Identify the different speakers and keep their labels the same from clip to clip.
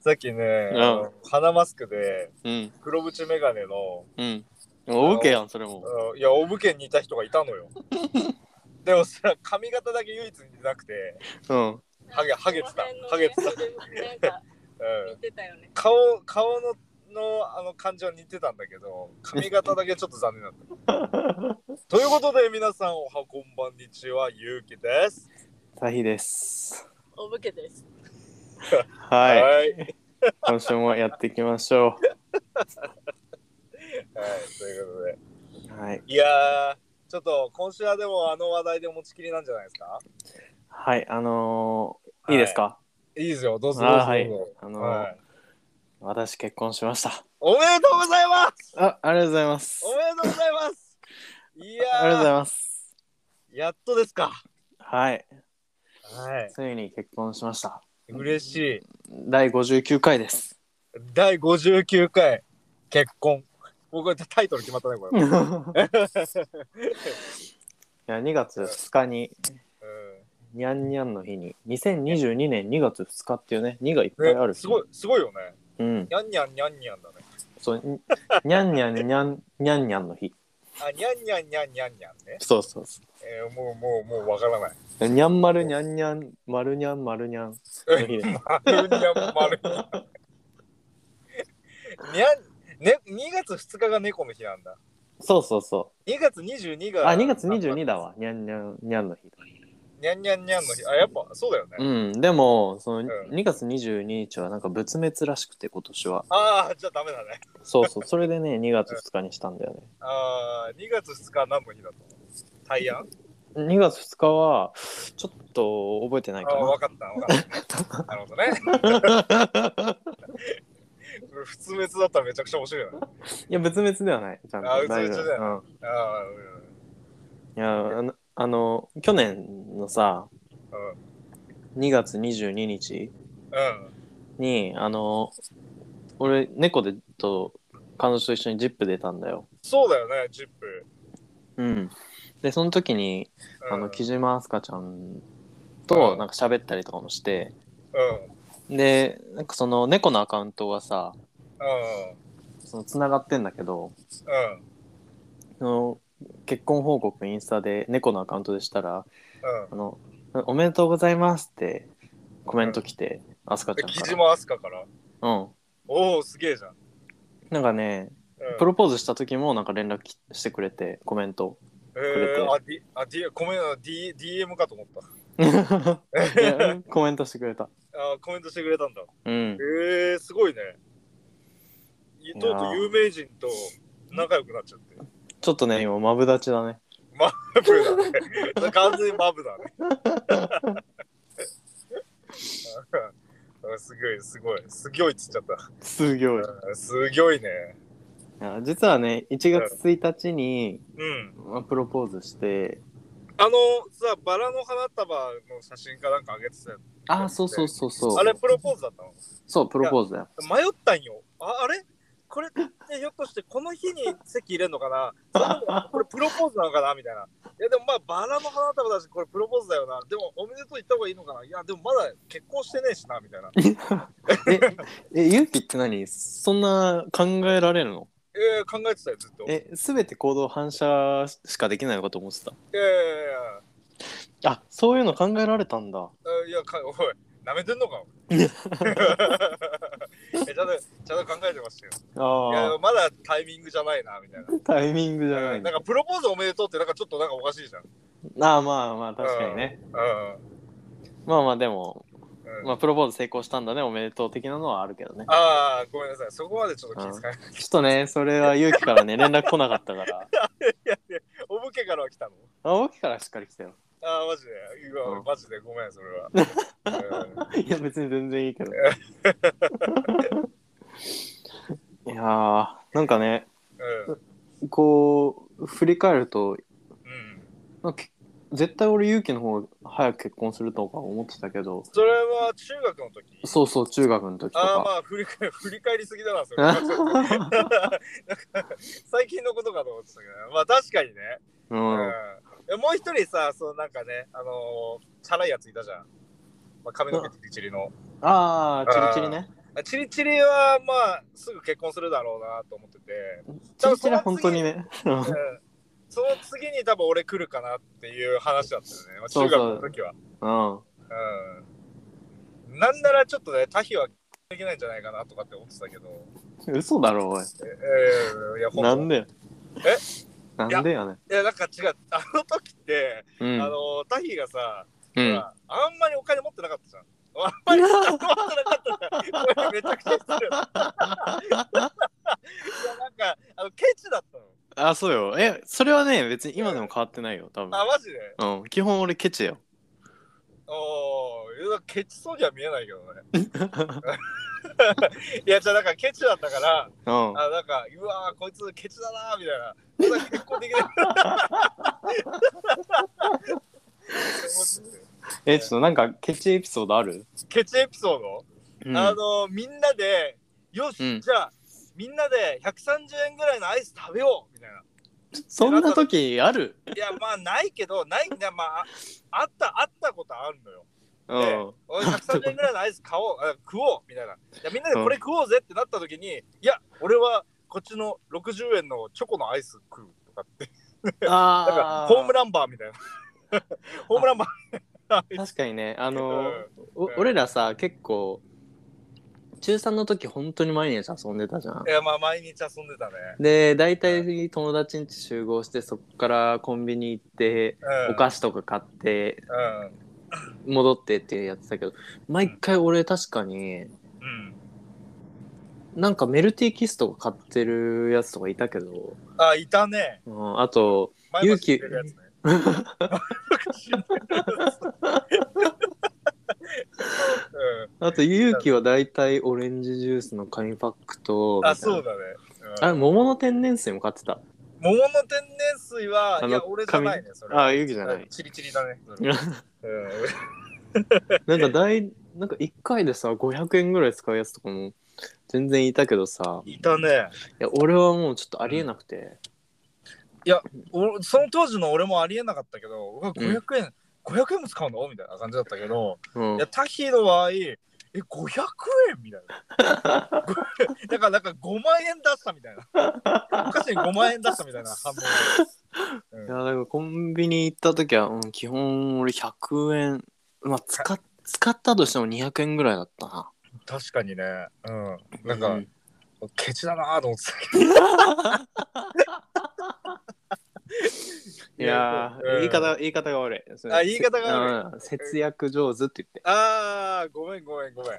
Speaker 1: さっきね、
Speaker 2: うん
Speaker 1: あの鼻マスクで
Speaker 2: うん。
Speaker 1: 黒縁メガネの、
Speaker 2: うん。お受けやん、それも。
Speaker 1: あのいや、お武家に似た人がいたの よ。でもそれは髪型だけ唯一似てなくて、
Speaker 2: うん。
Speaker 1: ハゲハゲてたハゲてた
Speaker 3: なんか
Speaker 1: うん
Speaker 3: 見、てたよね。
Speaker 1: 顔顔ののあの感じは似てたんだけど、髪型だけちょっと残念だ った。ということで、皆さん、おはこんばんにちは、ゆうきです。
Speaker 2: タヒです。
Speaker 3: お武家です。
Speaker 2: はい。
Speaker 1: はい。
Speaker 2: 今週もやっていきましょ
Speaker 1: はい、ということで。
Speaker 2: う。はい。
Speaker 1: いやー、ちょっと今週はでもあの話題で持ちきりなんじゃないですか
Speaker 2: はい、あのー、いいですか、
Speaker 1: いいですよ、どうぞどうぞどう
Speaker 2: あ
Speaker 1: ぞ。
Speaker 2: ーはいあのー
Speaker 1: はい
Speaker 2: 私結婚しました。
Speaker 1: おめでとうございます
Speaker 2: あ、ありがとうございます
Speaker 1: お。めでとうございますいやー
Speaker 2: ありがとうございます。
Speaker 1: やっとですか。
Speaker 2: はい。
Speaker 1: は
Speaker 2: ついに結婚しました。
Speaker 1: い。嬉しい。
Speaker 2: 第59回 です。
Speaker 1: 第59回結婚。僕これタイトル決まったね、こ
Speaker 2: い
Speaker 1: れ。
Speaker 2: や、2月2日に、
Speaker 1: う
Speaker 2: にゃんにゃんの日に、2022年2月2日っていうね、2がいっぱいあ
Speaker 1: ん、
Speaker 2: る
Speaker 1: ね、
Speaker 2: 日
Speaker 1: すごい、すごいよね。
Speaker 2: うん。
Speaker 1: にゃんにゃんにゃんにゃんだね。
Speaker 2: そう、ににゃんにゃんにゃん、にゃんにゃんの日。
Speaker 1: あ、にゃんにゃんにゃんにゃんにゃんね。
Speaker 2: そうそうそ
Speaker 1: えー、もう、もう、もうわからない。
Speaker 2: う。にゃんまるにゃんにゃん、まるにゃんまるにゃんの日です。
Speaker 1: 丸にゃん丸にゃん。にゃん、ね、2月2日が猫の日なんだ。
Speaker 2: そうそうそ
Speaker 1: 2月22
Speaker 2: う。
Speaker 1: が。
Speaker 2: あ、2月22だわ。にゃんにゃん、にゃんの日。
Speaker 1: にゃんにゃんにゃんの日。あ、やっぱそうだよね。
Speaker 2: うん、でも、その
Speaker 1: うん
Speaker 2: 2月22日はなんか仏滅らしくて今年は。
Speaker 1: ああ、じゃあダメだね。
Speaker 2: そう そう、それでね、2月2日にしたんだよね。
Speaker 1: ああ、2月2日は何の日だと思う大安
Speaker 2: 2月2日は、ちょっと覚えてない
Speaker 1: ああ、
Speaker 2: か
Speaker 1: わかった、わ かった。なるほどね。
Speaker 2: な。
Speaker 1: これ 普通別だったらめちゃくちゃ面白いよね。
Speaker 2: いや、仏滅ではない。ちゃんと
Speaker 1: あ仏
Speaker 2: 大
Speaker 1: 滅
Speaker 2: 丈夫
Speaker 1: だよ
Speaker 2: うん
Speaker 1: ああ、
Speaker 2: いやあの、あの、去年のさ、
Speaker 1: うん。
Speaker 2: 2月22日
Speaker 1: うん。
Speaker 2: に、あの、俺、猫でと彼女と一緒にジップ出たんだよ。
Speaker 1: そうだよね、ジップ。
Speaker 2: うん。で、その時に、
Speaker 1: うん、
Speaker 2: あの、木
Speaker 1: 事。
Speaker 2: 島明日香ちゃんと、
Speaker 1: うん
Speaker 2: なんか喋ったりとかもして、
Speaker 1: うん。うん。
Speaker 2: でなんかその猫のアカウントはさその繋がってんだけど
Speaker 1: うん。
Speaker 2: その結婚報告インスタで猫のアカウントでしたら
Speaker 1: うん
Speaker 2: 「あのおめでとうございます」ってコメント来て、アスカち
Speaker 1: で。
Speaker 2: ゃん
Speaker 1: 木
Speaker 2: か
Speaker 1: 島明日香から。
Speaker 2: ら、うん、
Speaker 1: おお、すげえじゃん。
Speaker 2: なんかね
Speaker 1: うん
Speaker 2: プロポーズした時もなんか連絡きしてくれてコメントれ
Speaker 1: え
Speaker 2: て
Speaker 1: ー、あ、D、あ、D、コメント、D、DM かと思った。
Speaker 2: いやコメントしてくれた
Speaker 1: あー、コメントしてくれたんだ。
Speaker 2: うん
Speaker 1: えー、すごいね。い
Speaker 2: やー
Speaker 1: とうとう有名人と仲良くなっちゃって。
Speaker 2: ちょっとね今マブダチだね
Speaker 1: マブだね。完全にマブだね。 あすごい、すごい。すごいっつっちゃった
Speaker 2: すごい。
Speaker 1: あすごいね。
Speaker 2: いや実はね1月1日に、
Speaker 1: うん。
Speaker 2: まあ、プロポーズして
Speaker 1: あのさ、バラの花束の写真かなんかあげてたよ。
Speaker 2: あーそうそうそうそう
Speaker 1: あれ、プロポーズだったの
Speaker 2: そうプロポーズだよ
Speaker 1: 迷ったんよ。ああれこれってひょっとしてこの日に席入れんのかな それともこれプロポーズなのかなみたいな。いやでもまあバラの花束だしこれプロポーズだよな。でもおめでとう言った方がいいのかないやでもまだ結婚してねえしなみたいな。
Speaker 2: え、え、勇気って何そんな考えられるの
Speaker 1: えー、考えてたよずっと。え
Speaker 2: え、すべて行動反射しかできないのかと思ってた。
Speaker 1: ー、いやいやいや
Speaker 2: あ、そういうの考えられたんだ。
Speaker 1: えーいやかおい舐めてんのか えちゃんとちゃんと考えてましたよ。い
Speaker 2: あ
Speaker 1: やまだタイミングじゃないなみたいな。
Speaker 2: あ、タイミングじゃな
Speaker 1: ないん。かプロポーズおめでとうってなんかちょっとなんかおかしいじゃん。
Speaker 2: ああ、まあまあ、確かにね。
Speaker 1: う
Speaker 2: まあまあ、でも、
Speaker 1: ん。うん
Speaker 2: まあ、プロポーズ成功したんだね、おめでとう的なのはあるけどね。
Speaker 1: ああ、ごめんなさい。そこまでちょっと気遣いなかった
Speaker 2: ちょっとね、それは勇気からね、連絡来なかった から。
Speaker 1: いやいや、お武家からは来たの
Speaker 2: あ、大きからしっかり来たよ。
Speaker 1: ああ、マジで。うわ
Speaker 2: うん
Speaker 1: マジでごめん、それは。うん
Speaker 2: いや、別に全 然いいけど。いやー、なんかね、
Speaker 1: うん。
Speaker 2: こう、振り返ると、
Speaker 1: うん。
Speaker 2: まあ、け絶対俺勇気の方が早く結婚するとか思ってたけど
Speaker 1: それは中学の時
Speaker 2: そうそう中学の時と
Speaker 1: ああ、ま
Speaker 2: か、
Speaker 1: あ振り返、振り返りすぎだな、それ。なんか最近のことかと思ってたけど、まあ確かにね。う
Speaker 2: うん
Speaker 1: ん。えもう一人さ、そのなんかね、あのー、チャラいやついたじゃん。まあ、髪の毛チリチリの。
Speaker 2: ああチリチリね
Speaker 1: うんチリチリはまあすぐ結婚するだろうなと思ってて、
Speaker 2: チリチリは本当にね。うん
Speaker 1: うんその次に多分俺来るかなっていう話だったよね、まあ
Speaker 2: そう
Speaker 1: 中
Speaker 2: そう
Speaker 1: 学の時は。
Speaker 2: うん。
Speaker 1: うんなんならちょっとね、他費はできないんじゃないかなとかって思ってたけど、
Speaker 2: 嘘だろ、おい。
Speaker 1: ええいや、ほ
Speaker 2: なん
Speaker 1: と
Speaker 2: でよ。
Speaker 1: え
Speaker 2: なんでやねん。
Speaker 1: いや、なんか違う、あの時って、あ
Speaker 2: うん。
Speaker 1: の、タヒがさ、ほ
Speaker 2: うん。
Speaker 1: らあんまりお金持ってなかったじ ゃん。あんまりお金持ってなかったじゃん。これめちゃくちゃ失礼。 いや、なんか、あのケチだったの。
Speaker 2: あ、そうよ。え、それはね、別に今でも変わってないよ、多
Speaker 1: あ、
Speaker 2: 分。
Speaker 1: マジで
Speaker 2: うん。基本俺ケチよ。
Speaker 1: おーいやケチそうには見えないけど ね。いや、じゃあなんかケチだったから、
Speaker 2: うん。
Speaker 1: あなんか、うわー、こいつケチだなーみたいな。まだ結婚できない。
Speaker 2: え、ちょっとなんかケチエピソードある
Speaker 1: ケチエピソード、
Speaker 2: うん
Speaker 1: あのみんなで、よし、
Speaker 2: うん
Speaker 1: じゃあ、みんなで130円ぐらいのアイス食べようみたいな。
Speaker 2: そんな時ある
Speaker 1: いや、まあ、ないけど、ないんだ、まあ、ああった、あったことあるのよ。
Speaker 2: う
Speaker 1: ええ
Speaker 2: ん。
Speaker 1: おい130円ぐらいのアイス買おう、 あ食おうみたいな。いや、みんなでこれ食おうぜってなった時に、いや、俺はこっちの60円のチョコのアイス食うとかって、なんか
Speaker 2: あ
Speaker 1: ホーム
Speaker 2: ラ
Speaker 1: ランバーみたいな。 ホームランバー。
Speaker 2: 確かにね、あのー、お
Speaker 1: うん
Speaker 2: 俺らさ、結構、中3の時本当に毎日遊んでたじゃん
Speaker 1: い。や、まあ、毎日遊んでたね。
Speaker 2: で、大体友達ん家集合して、そこからコンビニ行って、
Speaker 1: うん、
Speaker 2: お菓子とか買って、
Speaker 1: うん。
Speaker 2: 戻ってってやってたけど、毎回俺確かに、
Speaker 1: うん。
Speaker 2: なんかメルティーキスとか買ってるやつとかいたけど、
Speaker 1: あ、いたね。
Speaker 2: うん、あと、
Speaker 1: 前橋
Speaker 2: 勇気
Speaker 1: に出るやつね。う
Speaker 2: あと、勇気は大体オレンジジュースの紙パックと、
Speaker 1: ん、あ、そう
Speaker 2: だ。
Speaker 1: だね。うん、
Speaker 2: あれ、桃の天然水も買ってた。
Speaker 1: 桃の天然水は
Speaker 2: あ、の
Speaker 1: いや、俺じゃないね、それ。
Speaker 2: あ、勇気じゃない。
Speaker 1: チリチリだね。うん。
Speaker 2: なんか大、なんか1回でさ、500円ぐらい使うやつとかも全然いたけどさ、い
Speaker 1: いたね。
Speaker 2: や、俺はもうちょっとありえなくて、
Speaker 1: おその当時の俺もありえなかったけど、うわ500円、500円も使うのみたいな感じだったけど、
Speaker 2: うん
Speaker 1: いや、タヒの場合、え、500円みたいな。 だから、なんか5万円出したみたいな。お菓子に5万円出したみたいな反応で。うん
Speaker 2: いやだからコンビニ行った時は、うん、基本俺100円まあ使っ使ったとしても200円ぐらいだったな
Speaker 1: 確かにね。うん。
Speaker 2: な
Speaker 1: なんか、ケチだなぁと思ってたけど。
Speaker 2: いやー、
Speaker 1: うん
Speaker 2: 言い方言い方が悪い
Speaker 1: あ言い方が悪
Speaker 2: い、うん節約上手って言って
Speaker 1: あー、ごめんごめんごめん。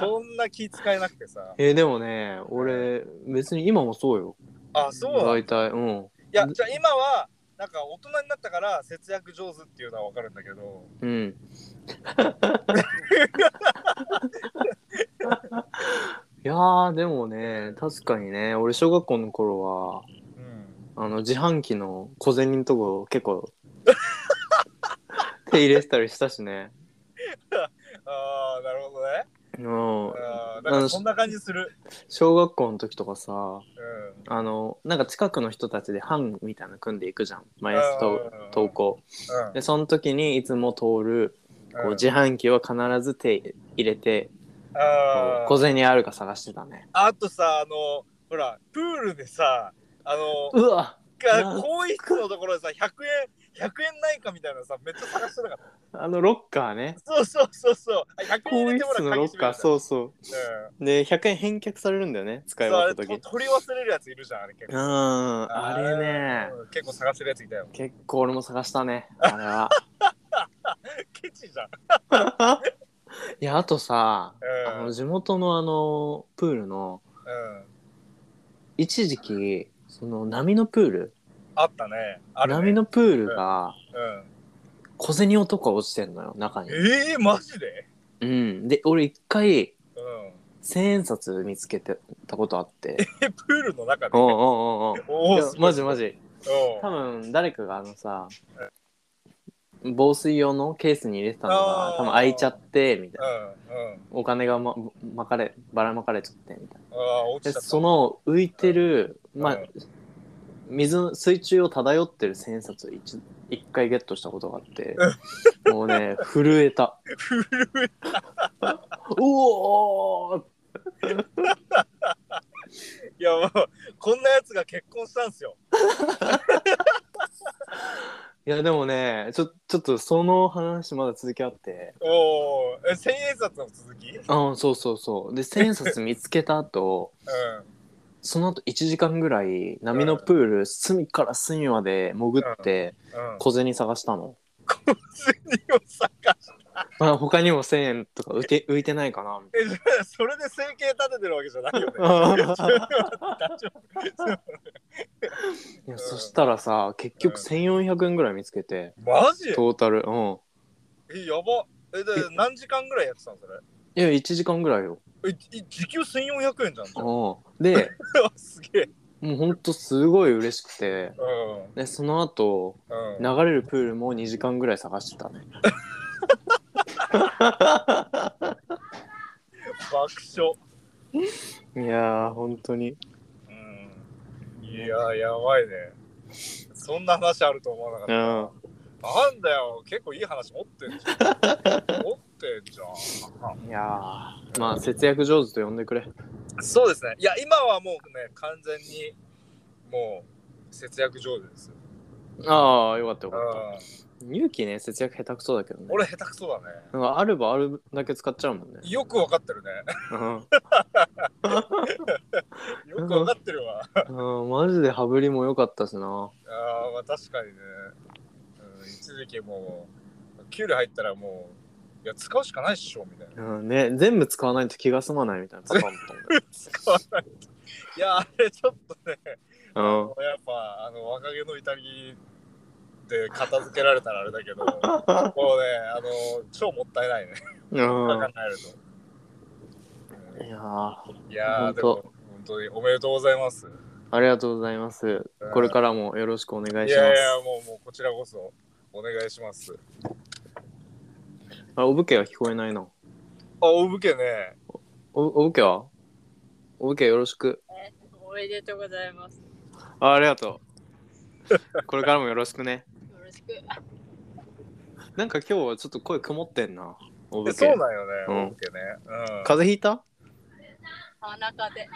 Speaker 1: そんな気使えなくてさ。
Speaker 2: えーでもね俺別に今もそうよ
Speaker 1: あ、そうなんだ
Speaker 2: 大体うん
Speaker 1: いや、じゃあ今は、なんか大人になったから節約上手っていうのはわかるんだけど、
Speaker 2: うんいやーでもね確かにね俺小学校の頃は
Speaker 1: うん。
Speaker 2: あの自販機の小銭のとこ結 構手入れしたりしたしね。
Speaker 1: ああ、なるほどね。
Speaker 2: うん
Speaker 1: あーなんかそんな感じする。
Speaker 2: 小学校の時とかさ
Speaker 1: うん。
Speaker 2: あのなんか近くの人たちで班みたいなの組んでいくじゃん毎朝と
Speaker 1: うん
Speaker 2: 登校でその時にいつも通る
Speaker 1: うん
Speaker 2: こう自販機は必ず手入れてこ
Speaker 1: あ
Speaker 2: う
Speaker 1: ー
Speaker 2: 小銭あるか探してたね
Speaker 1: あとさ、あの、ほら、プールでさ、あの、
Speaker 2: うわ
Speaker 1: が
Speaker 2: なんか
Speaker 1: 更衣室のところでさ、100円、100円ないかみたいなさ、めっちゃ探してなかった。
Speaker 2: あのロッカーね
Speaker 1: そうそうそうそう。あ100
Speaker 2: 更
Speaker 1: 円入れ
Speaker 2: 衣
Speaker 1: てほら
Speaker 2: 室のロッカー
Speaker 1: う。
Speaker 2: そうそ
Speaker 1: うん
Speaker 2: うで100円返却されるんだよね使い
Speaker 1: そう
Speaker 2: 終わ
Speaker 1: あ
Speaker 2: っ
Speaker 1: れ
Speaker 2: た
Speaker 1: と
Speaker 2: 時うん
Speaker 1: 取り忘れるやついるじゃん、あれ結構。
Speaker 2: あれね
Speaker 1: うん結構探してるやついたよ。
Speaker 2: 結構俺も探したねあれ は
Speaker 1: ケチじゃん。
Speaker 2: いやあとさ
Speaker 1: う
Speaker 2: あ
Speaker 1: ん。う
Speaker 2: の
Speaker 1: ん。
Speaker 2: 地元のあのプールの一時期その波のプール、
Speaker 1: あったね。ある
Speaker 2: 波
Speaker 1: ね。
Speaker 2: のプールが
Speaker 1: うん。
Speaker 2: 小銭男が落ちてんのよ中に
Speaker 1: ええー、マジで
Speaker 2: うんで俺一回
Speaker 1: うん。
Speaker 2: 千円札見つけてたことあって
Speaker 1: え、プールの中で。
Speaker 2: お
Speaker 1: お
Speaker 2: うおうおうお
Speaker 1: お
Speaker 2: うい
Speaker 1: ー
Speaker 2: や
Speaker 1: すごい
Speaker 2: マジマジ
Speaker 1: お
Speaker 2: 多分誰かがあのさ防水用のケースに入れてたのが
Speaker 1: あー
Speaker 2: 多分開いちゃってみたいな
Speaker 1: うんうん。
Speaker 2: お金がままかればらまかれちゃってみたい
Speaker 1: ああ、落
Speaker 2: な
Speaker 1: ちちゃ
Speaker 2: で
Speaker 1: った。
Speaker 2: その浮いてる
Speaker 1: うん
Speaker 2: まあ
Speaker 1: うん
Speaker 2: 水水中を漂ってる千円札を一一回ゲットしたことがあってもうね震えた
Speaker 1: 震え
Speaker 2: うおー
Speaker 1: いやもうこんなやつが結婚したんすよ
Speaker 2: いやでもねちょちょっとその話まだ続きあって
Speaker 1: おお千円札の続きうん
Speaker 2: ああそうそうそうで千円札見つけた後 その後1時間ぐらい波のプール隅から隅まで潜って
Speaker 1: うん
Speaker 2: 小銭探したの、
Speaker 1: 小銭を探し
Speaker 2: まあ、他にも1,000円とか浮いて浮いてないかなみ
Speaker 1: てそれで生計立ててるわけじゃないよね
Speaker 2: た い
Speaker 1: ちょっと
Speaker 2: な
Speaker 1: 待って大丈
Speaker 2: いやそしたらさ結局1,400円ぐらい見つけて
Speaker 1: 夫マジ
Speaker 2: トータルうん
Speaker 1: えやばえで何時間ぐらいやってたのそれ
Speaker 2: いや1時間ぐらいよ、
Speaker 1: えい時給1400円じゃんじゃあ
Speaker 2: うん、で
Speaker 1: すげえ
Speaker 2: もうほんとすごい嬉しくて
Speaker 1: うん
Speaker 2: でその後
Speaker 1: うん
Speaker 2: 流れるプールも2時間ぐらい探してたね
Speaker 1: 爆笑
Speaker 2: いやー本当に
Speaker 1: うんいややばいねそんな話あると思わなかっ
Speaker 2: う
Speaker 1: た
Speaker 2: ん
Speaker 1: なんだよ結構いい話持ってんじゃん持ってんじゃ
Speaker 2: いやーまあ節約上手と呼んでくれ
Speaker 1: んそうですねいや今はもうね完全にもう節約上手ですよ、
Speaker 2: ああよかったよ
Speaker 1: う
Speaker 2: かった
Speaker 1: ん、
Speaker 2: 勇気ね節約下手くそだけどね
Speaker 1: 俺下手くそだね
Speaker 2: なんかあればあるだけ使っちゃうもんね
Speaker 1: よくわかってるね
Speaker 2: うん
Speaker 1: よくわかってるわ
Speaker 2: うんマジで羽振りも良かったしな
Speaker 1: あーまあ確かにね、うん、一時期もう給料入ったらもういや使うしかないっしょみたいな
Speaker 2: うんね全部使わないと気が済まないみた いなパターンだったもんね
Speaker 1: 使わないといやあれちょっとね
Speaker 2: うん
Speaker 1: やっぱあの若気の至りで片付けられたらあれだけど もうねあの超もったいないね
Speaker 2: うん
Speaker 1: 考えると、
Speaker 2: いやー
Speaker 1: うんいやー
Speaker 2: ほんと
Speaker 1: でも本当におめでとうございます
Speaker 2: ありがとうございます
Speaker 1: うん
Speaker 2: これからもよろしくお願い
Speaker 1: い
Speaker 2: しま
Speaker 1: やいや
Speaker 2: す
Speaker 1: もうもうこちらこそお願いします
Speaker 2: あお武家は聞こえないな
Speaker 1: あおぶけね
Speaker 2: おお武家はお武家よろしく
Speaker 3: えおめでとうございます。
Speaker 2: あありがと うこれからもよろしくね
Speaker 3: よろしく。
Speaker 2: なんか今日はちょっと声曇ってんなお
Speaker 1: え
Speaker 2: 武
Speaker 1: そう
Speaker 2: 家
Speaker 1: なんよね、
Speaker 2: うん
Speaker 1: おぶけね、うん、
Speaker 2: 風邪ひいた
Speaker 3: 鼻風。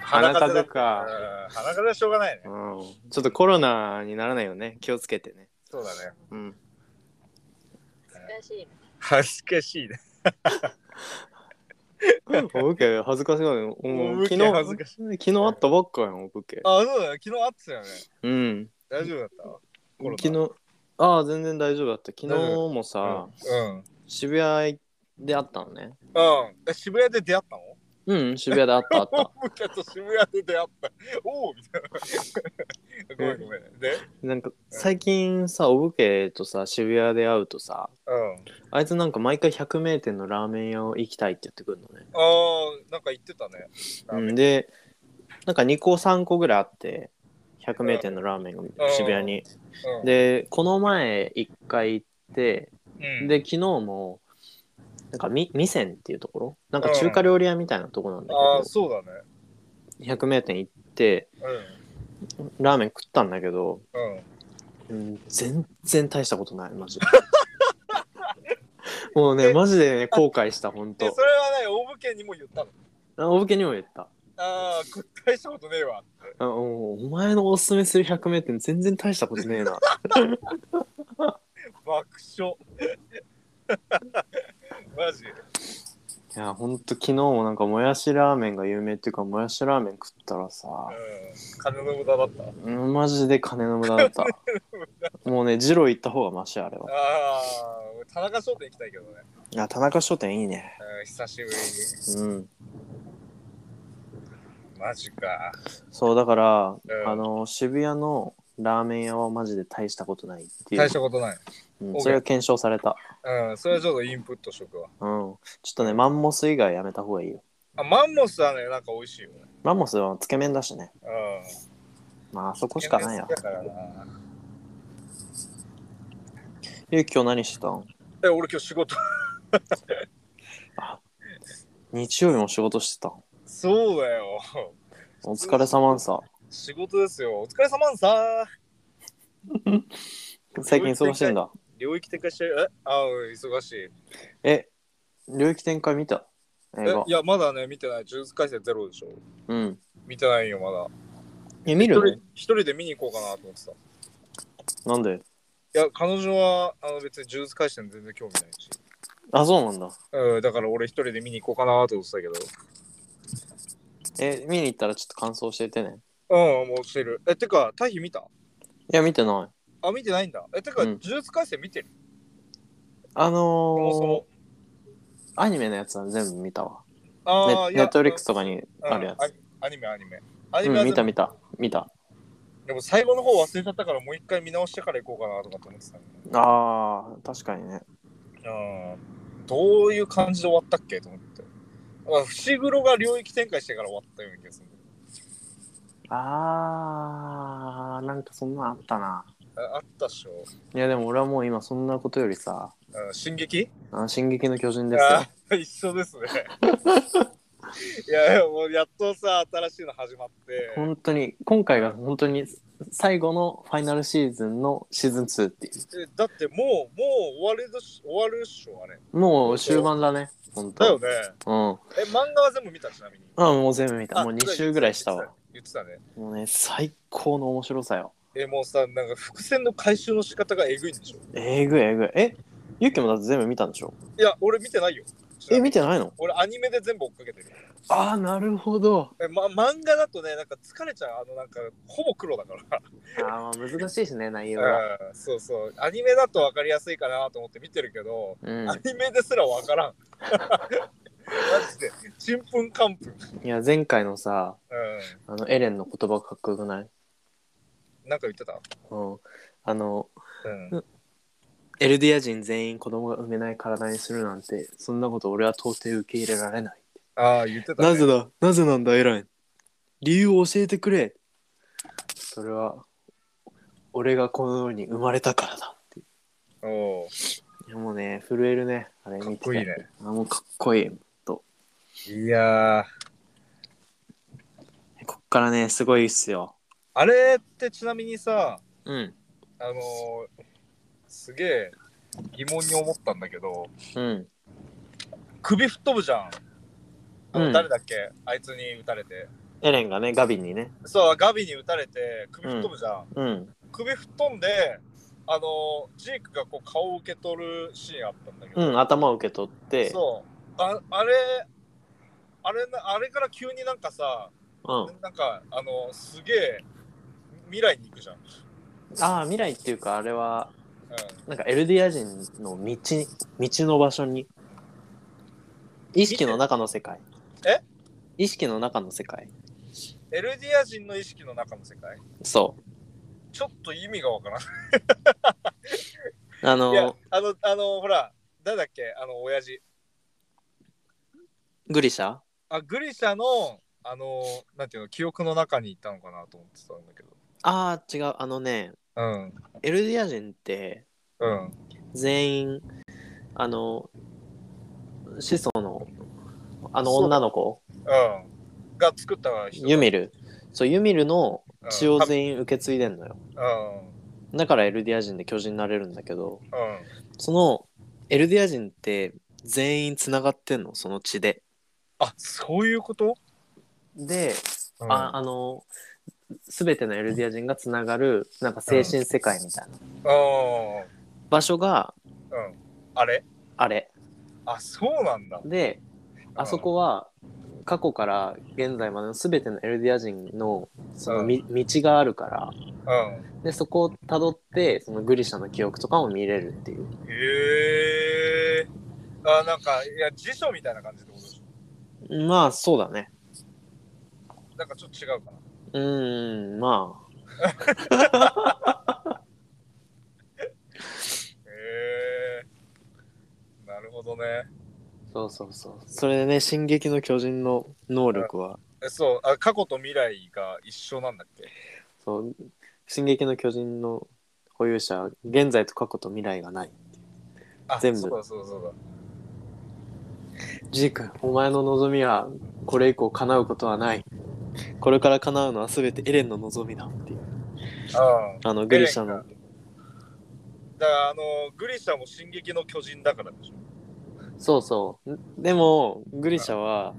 Speaker 2: 鼻風
Speaker 1: だ
Speaker 2: 邪
Speaker 1: う
Speaker 2: か
Speaker 1: ん鼻風邪はしょうがないね
Speaker 2: うんちょっとコロナにならないよね。気をつけてね。
Speaker 1: そうだね
Speaker 2: うん。
Speaker 3: らしいね。
Speaker 1: 恥ずかしいね
Speaker 2: お武家恥ずかしいわよ。
Speaker 1: お
Speaker 2: うん
Speaker 1: 武
Speaker 2: 昨
Speaker 1: 家
Speaker 2: 日
Speaker 1: 恥ずかしい
Speaker 2: 昨日あったばっかやん、お武家。
Speaker 1: あそうだね昨日会ってたよね
Speaker 2: うん。
Speaker 1: 大丈夫だったコロナ
Speaker 2: 昨日、ああ、全然大丈夫だった。昨日もさ、
Speaker 1: うんうん
Speaker 2: 渋谷で会ったのね。
Speaker 1: うん。え渋谷で出会ったの
Speaker 2: うん、渋谷で会った、会 っ
Speaker 1: 向けと渋谷で出会った。おおみ たいな。ごめんごめん。で、
Speaker 2: た。なんか、最近さ、お武家とさ、渋谷で会うとさ、
Speaker 1: うん。
Speaker 2: あいつなんか毎回100名店のラーメン屋を行きたいって言ってくるのね。
Speaker 1: ああ、なんか言ってたね。
Speaker 2: うん、でなんか2個3個ぐらいあって100名店のラーメンが渋谷に、
Speaker 1: うん、
Speaker 2: でこの前1回行って、
Speaker 1: うん、
Speaker 2: で昨日もなんかみみせんっていうところなんか中華料理屋みたいなとこなんだ
Speaker 1: ああ、
Speaker 2: け
Speaker 1: そうだね。
Speaker 2: ど、100名店行ってラーメン食ったんだけど、
Speaker 1: うん。うん。
Speaker 2: うん、全然大したことない マジでもうねマジでね後悔した本
Speaker 1: で、
Speaker 2: 当
Speaker 1: それはね、大武家にも言ったの。
Speaker 2: お武家にも言った
Speaker 1: ああ、これ大したことねえわ。
Speaker 2: あおお前のおすすめする100名店全然大したことねえな
Speaker 1: 爆笑。 マジ。
Speaker 2: いやほんと昨日もなんかもやしラーメンが有名っていうかもやしラーメン食ったらさ、
Speaker 1: うん。金の無駄だった。
Speaker 2: うん、マジで金の無駄だった もうね二郎行った方がマシあれは
Speaker 1: ああ、俺田中商店行きたいけどね。
Speaker 2: いや田中商店いいね
Speaker 1: うん、久しぶりに。
Speaker 2: うん
Speaker 1: マジか。
Speaker 2: そうだから、
Speaker 1: うん
Speaker 2: あの渋谷のラーメン屋はマジで大したことないっていう
Speaker 1: 大したことない。
Speaker 2: うん、それが検証された
Speaker 1: うん、それはちょっとインプットしとくわ。
Speaker 2: うんちょっとねマンモス以外やめた方がいいよ
Speaker 1: あ、マンモスはね、なんか美味しいよね。
Speaker 2: マンモスはつけ麺だしね
Speaker 1: うん。
Speaker 2: まああそこしかないよ
Speaker 1: だからな。
Speaker 2: ゆうき今日何してたん
Speaker 1: え、俺今日仕事。
Speaker 2: 日曜日も仕事してたん
Speaker 1: そうだよ。
Speaker 2: お疲れ様んさ
Speaker 1: 仕事ですよ。お疲れ様んさ。
Speaker 2: 最近忙しいんだ
Speaker 1: 領域展開してる。えあ、うん忙しい。
Speaker 2: え、領域展開見た映
Speaker 1: え
Speaker 2: 画
Speaker 1: い。や、まだね、見てない。呪術廻戦ゼロでしょ。
Speaker 2: うん。
Speaker 1: 見てないよ、まだ。
Speaker 2: え、見
Speaker 1: 一
Speaker 2: るの
Speaker 1: 人一人で見に行こうかなと思ってた。い
Speaker 2: なんで
Speaker 1: や、彼女はあの別に呪術廻戦全然興味ないし。
Speaker 2: あ、そうなんだ。
Speaker 1: うん、だから俺一人で見に行こうかなと思ってたけど。
Speaker 2: え、見に行ったらちょっと感想教えてね。
Speaker 1: うん、もうしてる。え、てか、タヒ見た
Speaker 2: いや、見てない。
Speaker 1: あ、見てないんだ。え、てか、
Speaker 2: うん
Speaker 1: 呪術廻戦見てる
Speaker 2: あの
Speaker 1: そもそ
Speaker 2: ー
Speaker 1: も、。
Speaker 2: アニメのやつは全部見たわ。ネ
Speaker 1: ああ、い
Speaker 2: ネ
Speaker 1: や
Speaker 2: ットフリックスとかに
Speaker 1: うん
Speaker 2: あるや
Speaker 1: ア
Speaker 2: つ
Speaker 1: ニ。アニメ、アニメ。アニメ
Speaker 2: う
Speaker 1: は
Speaker 2: ん、見た
Speaker 1: 全部
Speaker 2: 見た。見た。
Speaker 1: でも最後の方忘れちゃったからもう一回見直してから行こうかなとかって思ってたんだ
Speaker 2: あー、確かにね。
Speaker 1: よね。うん。どういう感じで終わったっけと思って。まあ、伏黒が領域展開してから終わったような気がするんだ
Speaker 2: あー、なんかそんなんあったな。
Speaker 1: けど。ああったっしょ。
Speaker 2: いや、でも俺はもう今そんなことよりさ、
Speaker 1: うん、進撃
Speaker 2: あ進撃の巨人ですよ
Speaker 1: あ。あー、一緒です ね。いや、いやもうやっとさ、新しいの始まって。
Speaker 2: 本当に、今回が本当に最後のファイナルシーズンのシーズン2ってい
Speaker 1: えだってもう、もう終わるでし終わるっしょ、あれ。
Speaker 2: う。もう終盤だね。本
Speaker 1: だよ
Speaker 2: 当。
Speaker 1: ね。
Speaker 2: うん。
Speaker 1: え、漫画は全部見たちなみに。
Speaker 2: あもう全部見た。
Speaker 1: あ
Speaker 2: もう2週ぐらいしたわ。。
Speaker 1: 言ってたね。
Speaker 2: もうね、最高の面白さよ。
Speaker 1: え、もうさ、なんか伏線の回収の仕方がえぐいんでしょ。
Speaker 2: えぐいえぐい。えゆうきもだって全部見たんでしょ
Speaker 1: いや、俺見てないよ。
Speaker 2: え、見てないの
Speaker 1: 俺アニメで全部追っかけてる。
Speaker 2: ああ、なるほど。
Speaker 1: え、ま、漫画だとね、なんか疲れちゃう。あの、なんか、ほぼ黒だから。
Speaker 2: あーまあ、難しいしね、内容が。
Speaker 1: うん、そうそう。アニメだと分かりやすいかなと思って見てるけど、
Speaker 2: うん
Speaker 1: ア。ニメですら分からん。 マジで。ちんぷんかんぷん。
Speaker 2: いや、前回のさ、
Speaker 1: う
Speaker 2: あの、エレンの言葉かっこよくない
Speaker 1: ん。なんか言ってた
Speaker 2: うん。あの、
Speaker 1: うん。
Speaker 2: エルディア人全員子供が産めない体にするなんて、そんなこと俺は到底受け入れられない。
Speaker 1: ああ、言ってた、ね。
Speaker 2: なぜだなぜなんだ、エレン理由を教えてくれそれは、俺がこの世に生まれたからだ。
Speaker 1: おお。
Speaker 2: いやもうね、震えるね。あれ見て
Speaker 1: か
Speaker 2: て
Speaker 1: っこいいね。
Speaker 2: あもうかっこいい。
Speaker 1: いやー。
Speaker 2: こっからね、すごいっすよ。
Speaker 1: あれってちなみにさ、
Speaker 2: うん。
Speaker 1: あのー、すげえ疑問に思ったんだけど、
Speaker 2: うん。
Speaker 1: 首吹っ飛ぶじゃん。あの
Speaker 2: うん
Speaker 1: 誰だっけあいつに打たれて。
Speaker 2: エレンがね、ガビンにね。
Speaker 1: そう、ガビに打たれて、首吹っ飛ぶじゃん。
Speaker 2: うん。
Speaker 1: 首吹っ飛んで、あのー、ジークがこう顔を受け取るシーンあったんだけど、
Speaker 2: うん、頭を受け取って。
Speaker 1: そう。ああれ、あれな、あれから急になんかさ、
Speaker 2: う。ん。
Speaker 1: なんか、あのー、すげえ未来に行くじゃん。
Speaker 2: ああ、未来っていうか、あれは、
Speaker 1: う
Speaker 2: なんかエルディア人の道、道の場所に。意識の中の世界。
Speaker 1: え
Speaker 2: 意識の中の世界。
Speaker 1: ん。エルディア人の意識の中の世界
Speaker 2: そ
Speaker 1: ちょっと意味がわからん。
Speaker 2: う。あ
Speaker 1: いや
Speaker 2: の、、
Speaker 1: あの、あの、ほら、誰だっけあの、親父。
Speaker 2: グリシャ
Speaker 1: あ、グリシャの、あの、なんていうの、記憶の中にいたのかなと思ってたんだけど。
Speaker 2: ああ、違う。あのね、
Speaker 1: うん、
Speaker 2: エルディア人って、
Speaker 1: うん、
Speaker 2: 全員あの始祖のあの女の子
Speaker 1: うん。が作った人。
Speaker 2: ユミルそうユミルの
Speaker 1: うん
Speaker 2: 血を全員受け継いでんのよ
Speaker 1: うん、
Speaker 2: だからエルディア人で巨人になれるんだけど
Speaker 1: うん。
Speaker 2: そのエルディア人って全員つながってんのその血で
Speaker 1: あ、そういうこと、
Speaker 2: で、
Speaker 1: うん、
Speaker 2: ああの全てのエルディア人がつながるなんか精神世界みたいな
Speaker 1: うん、
Speaker 2: 場所が
Speaker 1: うん。あれ
Speaker 2: あれ
Speaker 1: あ、そうなんだ。
Speaker 2: であそこは過去から現在までの全てのエルディア人のそのみ道があるから
Speaker 1: うん。
Speaker 2: でそこをたどってそのグリシャの記憶とかも見れるっていう
Speaker 1: へえー。あ、なんか、いや、辞書みたいな感じってことでし
Speaker 2: まあそうだね
Speaker 1: ょなんかちょっと違うかな。
Speaker 2: うーんまあ
Speaker 1: へえー。なるほどね。
Speaker 2: そうそうそうそれでね「進撃の巨人」の能力は
Speaker 1: えそうあ過去と未来が一緒なんだっけ
Speaker 2: そう「進撃の巨人」の保有者は現在と過去と未来がない
Speaker 1: あ
Speaker 2: 全部
Speaker 1: そうだそうだそうだ
Speaker 2: ジークお前の望みはこれ以降叶うことはないこれから叶うのは全てエレンの望みだっていう
Speaker 1: うん
Speaker 2: あのグリシャ
Speaker 1: エレ
Speaker 2: の
Speaker 1: ンがだからあのグリシャも「進撃の巨人」だからでしょ
Speaker 2: そうそうんでもグリシャは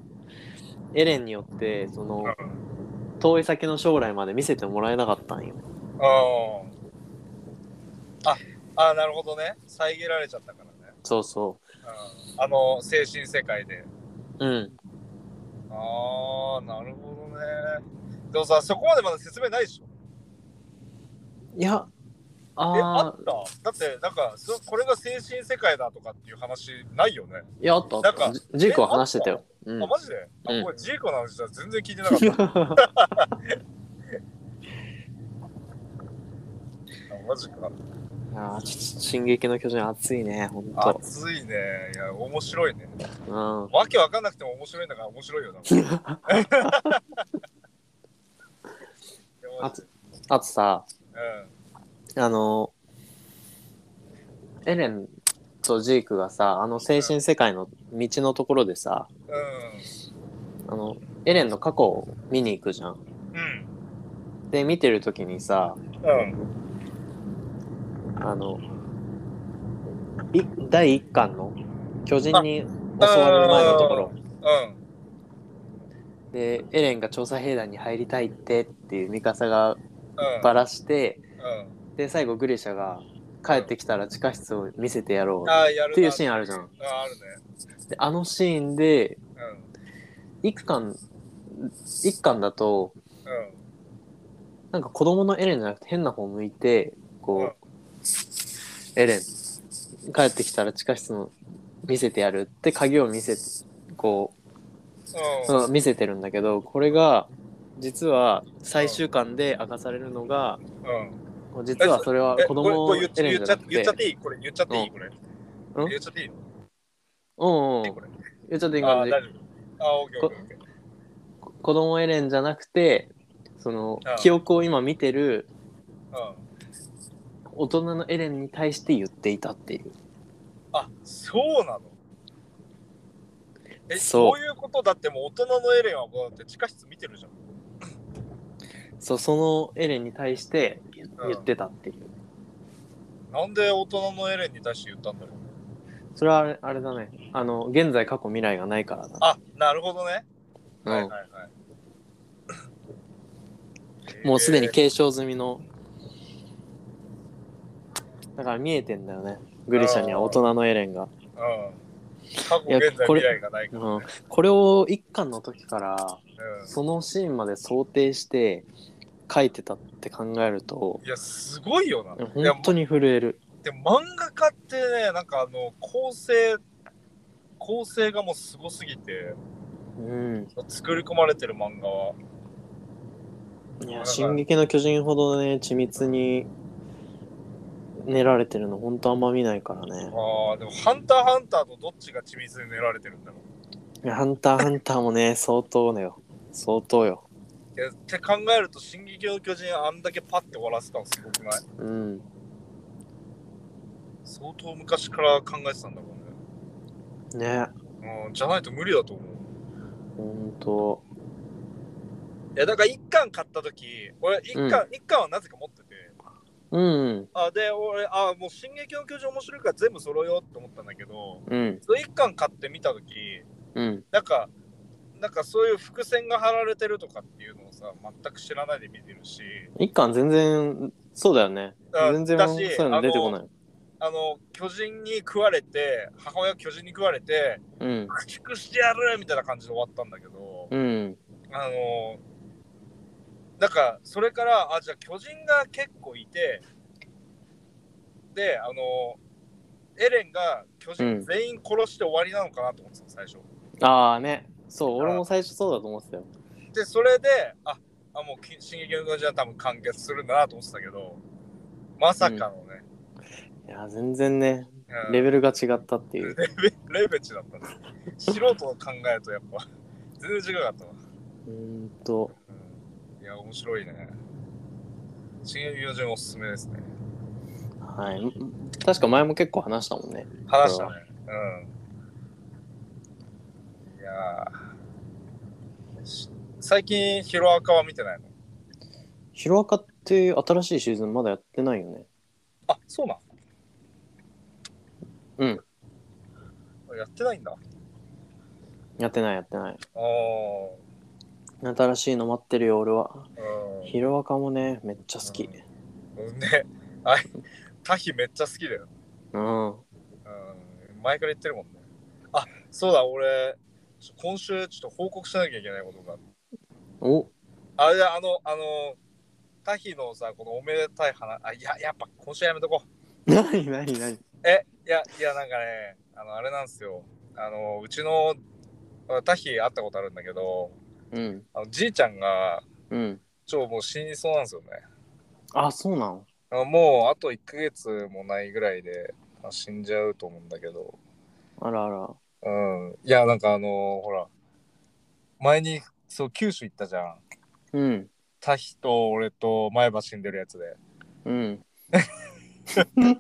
Speaker 2: エレンによってその
Speaker 1: うん
Speaker 2: 遠い先の将来まで見せてもらえなかったんよ
Speaker 1: ああなるほどね遮られちゃったからね、
Speaker 2: そうそ
Speaker 1: うん、あの精神世界で
Speaker 2: ううん
Speaker 1: ああなるほどねでもさそこまでまだ説明ないでしょ
Speaker 2: い
Speaker 1: え
Speaker 2: や
Speaker 1: あ
Speaker 2: あ
Speaker 1: っ
Speaker 2: ー
Speaker 1: ただってなんかそこれが精神世界だとかっていう話ないよね、
Speaker 2: いやあったあっ
Speaker 1: な
Speaker 2: た
Speaker 1: んか
Speaker 2: ジジークは話してたよ、うん
Speaker 1: あマジであ、
Speaker 2: うん
Speaker 1: ごめんジーコの話は全然聞いてなかったあマジか
Speaker 2: あーちょっと「進撃の巨人」熱いねほんと
Speaker 1: 熱いねいや面白いね
Speaker 2: うん
Speaker 1: わけわかんなくても面白いんだから面白いよないや マジで
Speaker 2: あとさ
Speaker 1: うん
Speaker 2: あのエレンとジークがさあの精神世界の道のところでさあのエレンの過去を見に行くじゃん
Speaker 1: うん
Speaker 2: で見てる時にさ
Speaker 1: うん
Speaker 2: あのい第1巻の巨人に襲われる前のところ
Speaker 1: うん
Speaker 2: でエレンが調査兵団に入りたいってっていうミカサが
Speaker 1: うん
Speaker 2: バラして
Speaker 1: う
Speaker 2: で最後グリシャが帰ってきたら地下室を見せてやろ
Speaker 1: ん
Speaker 2: う
Speaker 1: ああやるな
Speaker 2: っていうシーンあるじゃん
Speaker 1: ああるね
Speaker 2: であのシーンで1巻一巻だと
Speaker 1: うんうん
Speaker 2: なんか子供のエレンじゃなくて変な方向いてこう、エレン帰ってきたら地下室の見せてやるって鍵を見せこう、
Speaker 1: うん
Speaker 2: うん見せてるんだけどこれが実は最終巻で明かされるのが
Speaker 1: うん
Speaker 2: こう実はそれは
Speaker 1: え
Speaker 2: 子
Speaker 1: これ
Speaker 2: 供
Speaker 1: こ
Speaker 2: の
Speaker 1: れ
Speaker 2: エ
Speaker 1: 言っ
Speaker 2: レンじゃなく
Speaker 1: 言っちゃ言っちゃってていいこれ言っちゃっていいこれ
Speaker 2: うん
Speaker 1: 言っちゃっていいの
Speaker 2: うんうん
Speaker 1: いいこれ
Speaker 2: 言っちゃっていい
Speaker 1: ああ
Speaker 2: 感
Speaker 1: 大
Speaker 2: じ
Speaker 1: 丈夫ああオッケーオッケーオッケー
Speaker 2: こ子供エレンじゃなくてそ
Speaker 1: う
Speaker 2: の
Speaker 1: ん
Speaker 2: 記憶を今見てる
Speaker 1: うん
Speaker 2: 大人のエレンに対して言っていたっていう
Speaker 1: あそうなのえ
Speaker 2: そう
Speaker 1: そういうことだってもう大人のエレンはもうだって地下室見てるじゃん
Speaker 2: そうそのエレンに対して言言ってたっていう、
Speaker 1: なんで大人のエレンに対して言ったんだろう
Speaker 2: それはあれあれだねあの現在過去未来がないからだ、
Speaker 1: あなるほどね、
Speaker 2: うん
Speaker 1: はいはいはい
Speaker 2: もうすでに
Speaker 1: えー
Speaker 2: 継承済みのだから見えてんだよねグリシャには大人のエレンが、
Speaker 1: うん、過去現在
Speaker 2: これ
Speaker 1: 未来がないか
Speaker 2: う
Speaker 1: ら、
Speaker 2: ん、これを一巻の時から
Speaker 1: うん
Speaker 2: そのシーンまで想定して書いてたって考えると
Speaker 1: いやすごいよな、いや
Speaker 2: 本当に震える
Speaker 1: でも漫画家ってねなんかあの構成構成がもうすごすぎて
Speaker 2: うん
Speaker 1: 作り込まれてる漫画はいだか
Speaker 2: や「
Speaker 1: ら
Speaker 2: 進撃の巨人」ほどね緻密に練られてるの本当あんま見ないからね
Speaker 1: あーでも「ハンターハンター」とどっちが緻密に練られてるんだろう
Speaker 2: いやハンターハンターもね 相当だよ相当よ
Speaker 1: いやって考えると「進撃の巨人」あんだけパッて終わらせたのすごくない
Speaker 2: うん
Speaker 1: 相当昔から考えてたんだろ
Speaker 2: ね
Speaker 1: うね、うん、じゃないと無理だと思う
Speaker 2: 本当
Speaker 1: いやだから1巻買った時俺1巻、一巻はなぜか持ってて
Speaker 2: うん
Speaker 1: あで俺あもう「進撃の巨人」面白いから全部揃えようと思ったんだけど
Speaker 2: うん
Speaker 1: それ1巻買ってみた時
Speaker 2: うん
Speaker 1: なんかなんかそういう伏線が張られてるとかっていうのをさ全く知らないで見てるし
Speaker 2: 一巻全然そうだよね
Speaker 1: あ
Speaker 2: 全然
Speaker 1: だし
Speaker 2: そういうの出てこない
Speaker 1: あの巨人に食われて母親が巨人に食われて
Speaker 2: うん
Speaker 1: 駆逐してやるみたいな感じで終わったんだけど、
Speaker 2: うん
Speaker 1: あのなんかそれからあじゃあ巨人が結構いてであのエレンが巨人全員殺して終わりなのかなと思ってたの最初。
Speaker 2: ああねそう俺も最初そうだと思ってたよ
Speaker 1: でそれでああもうき「進撃の巨人」は多分完結するんだなと思ってたけどまさかのね、
Speaker 2: いや全然ね
Speaker 1: うん
Speaker 2: レベルが違ったっていう
Speaker 1: レベレベチだったね。素人の考えとやっぱ、全然違かったわ。
Speaker 2: うんと
Speaker 1: うんいや、面白いね。新劇の順おすすめですね。
Speaker 2: はいん確か前も結構話したもんね
Speaker 1: 話したね。うん。いやーし最近、ヒロアカは見てないの
Speaker 2: ヒロアカって新しいシーズンまだやってないよね。
Speaker 1: あ、そうなん
Speaker 2: うん。
Speaker 1: いやってないんだ。あ
Speaker 2: やってないやってない。
Speaker 1: あー。
Speaker 2: 新しいの待ってるよ、俺は。
Speaker 1: うん
Speaker 2: ヒロアカもね、めっちゃ好き。
Speaker 1: うんね、あい、タヒめっちゃ好きだよ。
Speaker 2: うん。
Speaker 1: うん、前から言ってるもんね。あ、そうだ、俺、ちょ今週ちょっと報告しなきゃいけないことが
Speaker 2: お
Speaker 1: ある。あれだ、あの、あの、タヒのさ、このおめでたい話、あ、いや、やっぱ今週やめとこう。
Speaker 2: なになになに
Speaker 1: え、いや、いや、なんかね、あの、あれなんですよ。あの、うちの、あタヒ会ったことあるんだけど、
Speaker 2: うん。
Speaker 1: あのじいちゃんが、
Speaker 2: うん。
Speaker 1: ちょ、もう死にそうなんですよね。
Speaker 2: あ、そうなの
Speaker 1: あもう、あと1ヶ月もないぐらいで、あ死んじゃうと思うんだけど。
Speaker 2: あらあら。
Speaker 1: うんいや、なんかあのーほら、前に、そう、九州行ったじゃん。
Speaker 2: うん。
Speaker 1: タヒと俺と前橋に出るやつで。
Speaker 2: うん。
Speaker 1: うん。い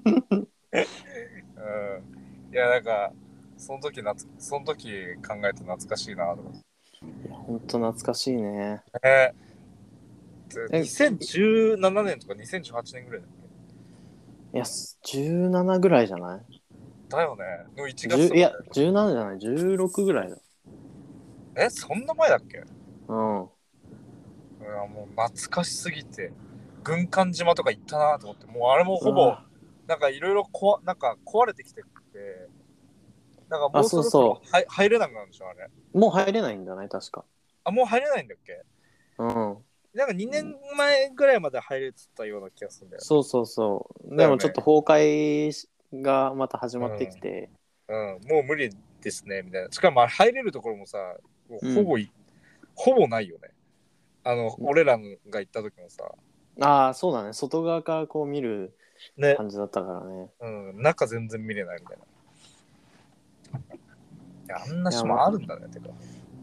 Speaker 1: や、なんか、その時なつ、その時考えて懐かしいなとか。
Speaker 2: いや、ほんと懐かしいね。
Speaker 1: え
Speaker 2: え
Speaker 1: 2017年とか2018年ぐらいだっけ
Speaker 2: いや、す17ぐらいじゃない
Speaker 1: だよね。の1月とか
Speaker 2: 10いや
Speaker 1: だよ、
Speaker 2: 17じゃない、16ぐらいだ。
Speaker 1: え、そんな前だっけい
Speaker 2: うん。
Speaker 1: や、もう懐かしすぎて、軍艦島とか行ったなと思って、もうあれもほぼ、なんかいろいろこわなんか壊れてきてって、なんかも
Speaker 2: あ
Speaker 1: うそ
Speaker 2: そう
Speaker 1: ろ
Speaker 2: そう
Speaker 1: そろはい入れなくなるんでしょ、あれ。
Speaker 2: もう入れないんじゃない確か。
Speaker 1: あ、もう入れないんだっけ
Speaker 2: うん。
Speaker 1: なんか2年前ぐらいまで入れてたような気がするんだよ。
Speaker 2: そうそうそう。
Speaker 1: だ
Speaker 2: で
Speaker 1: よね
Speaker 2: もちょっと崩壊しがまた始まってきて。
Speaker 1: うん、もう無理ですね、みたいな。しかもあれ入れるところもさ、もうほぼい、ほぼないよね。あの、俺らが行った時もさ、
Speaker 2: ああ、そうだね。外側からこう見る
Speaker 1: ね、
Speaker 2: 感じだったからね。
Speaker 1: うん、中全然見れないみたいな。いやあんな島あるんだね、てか。い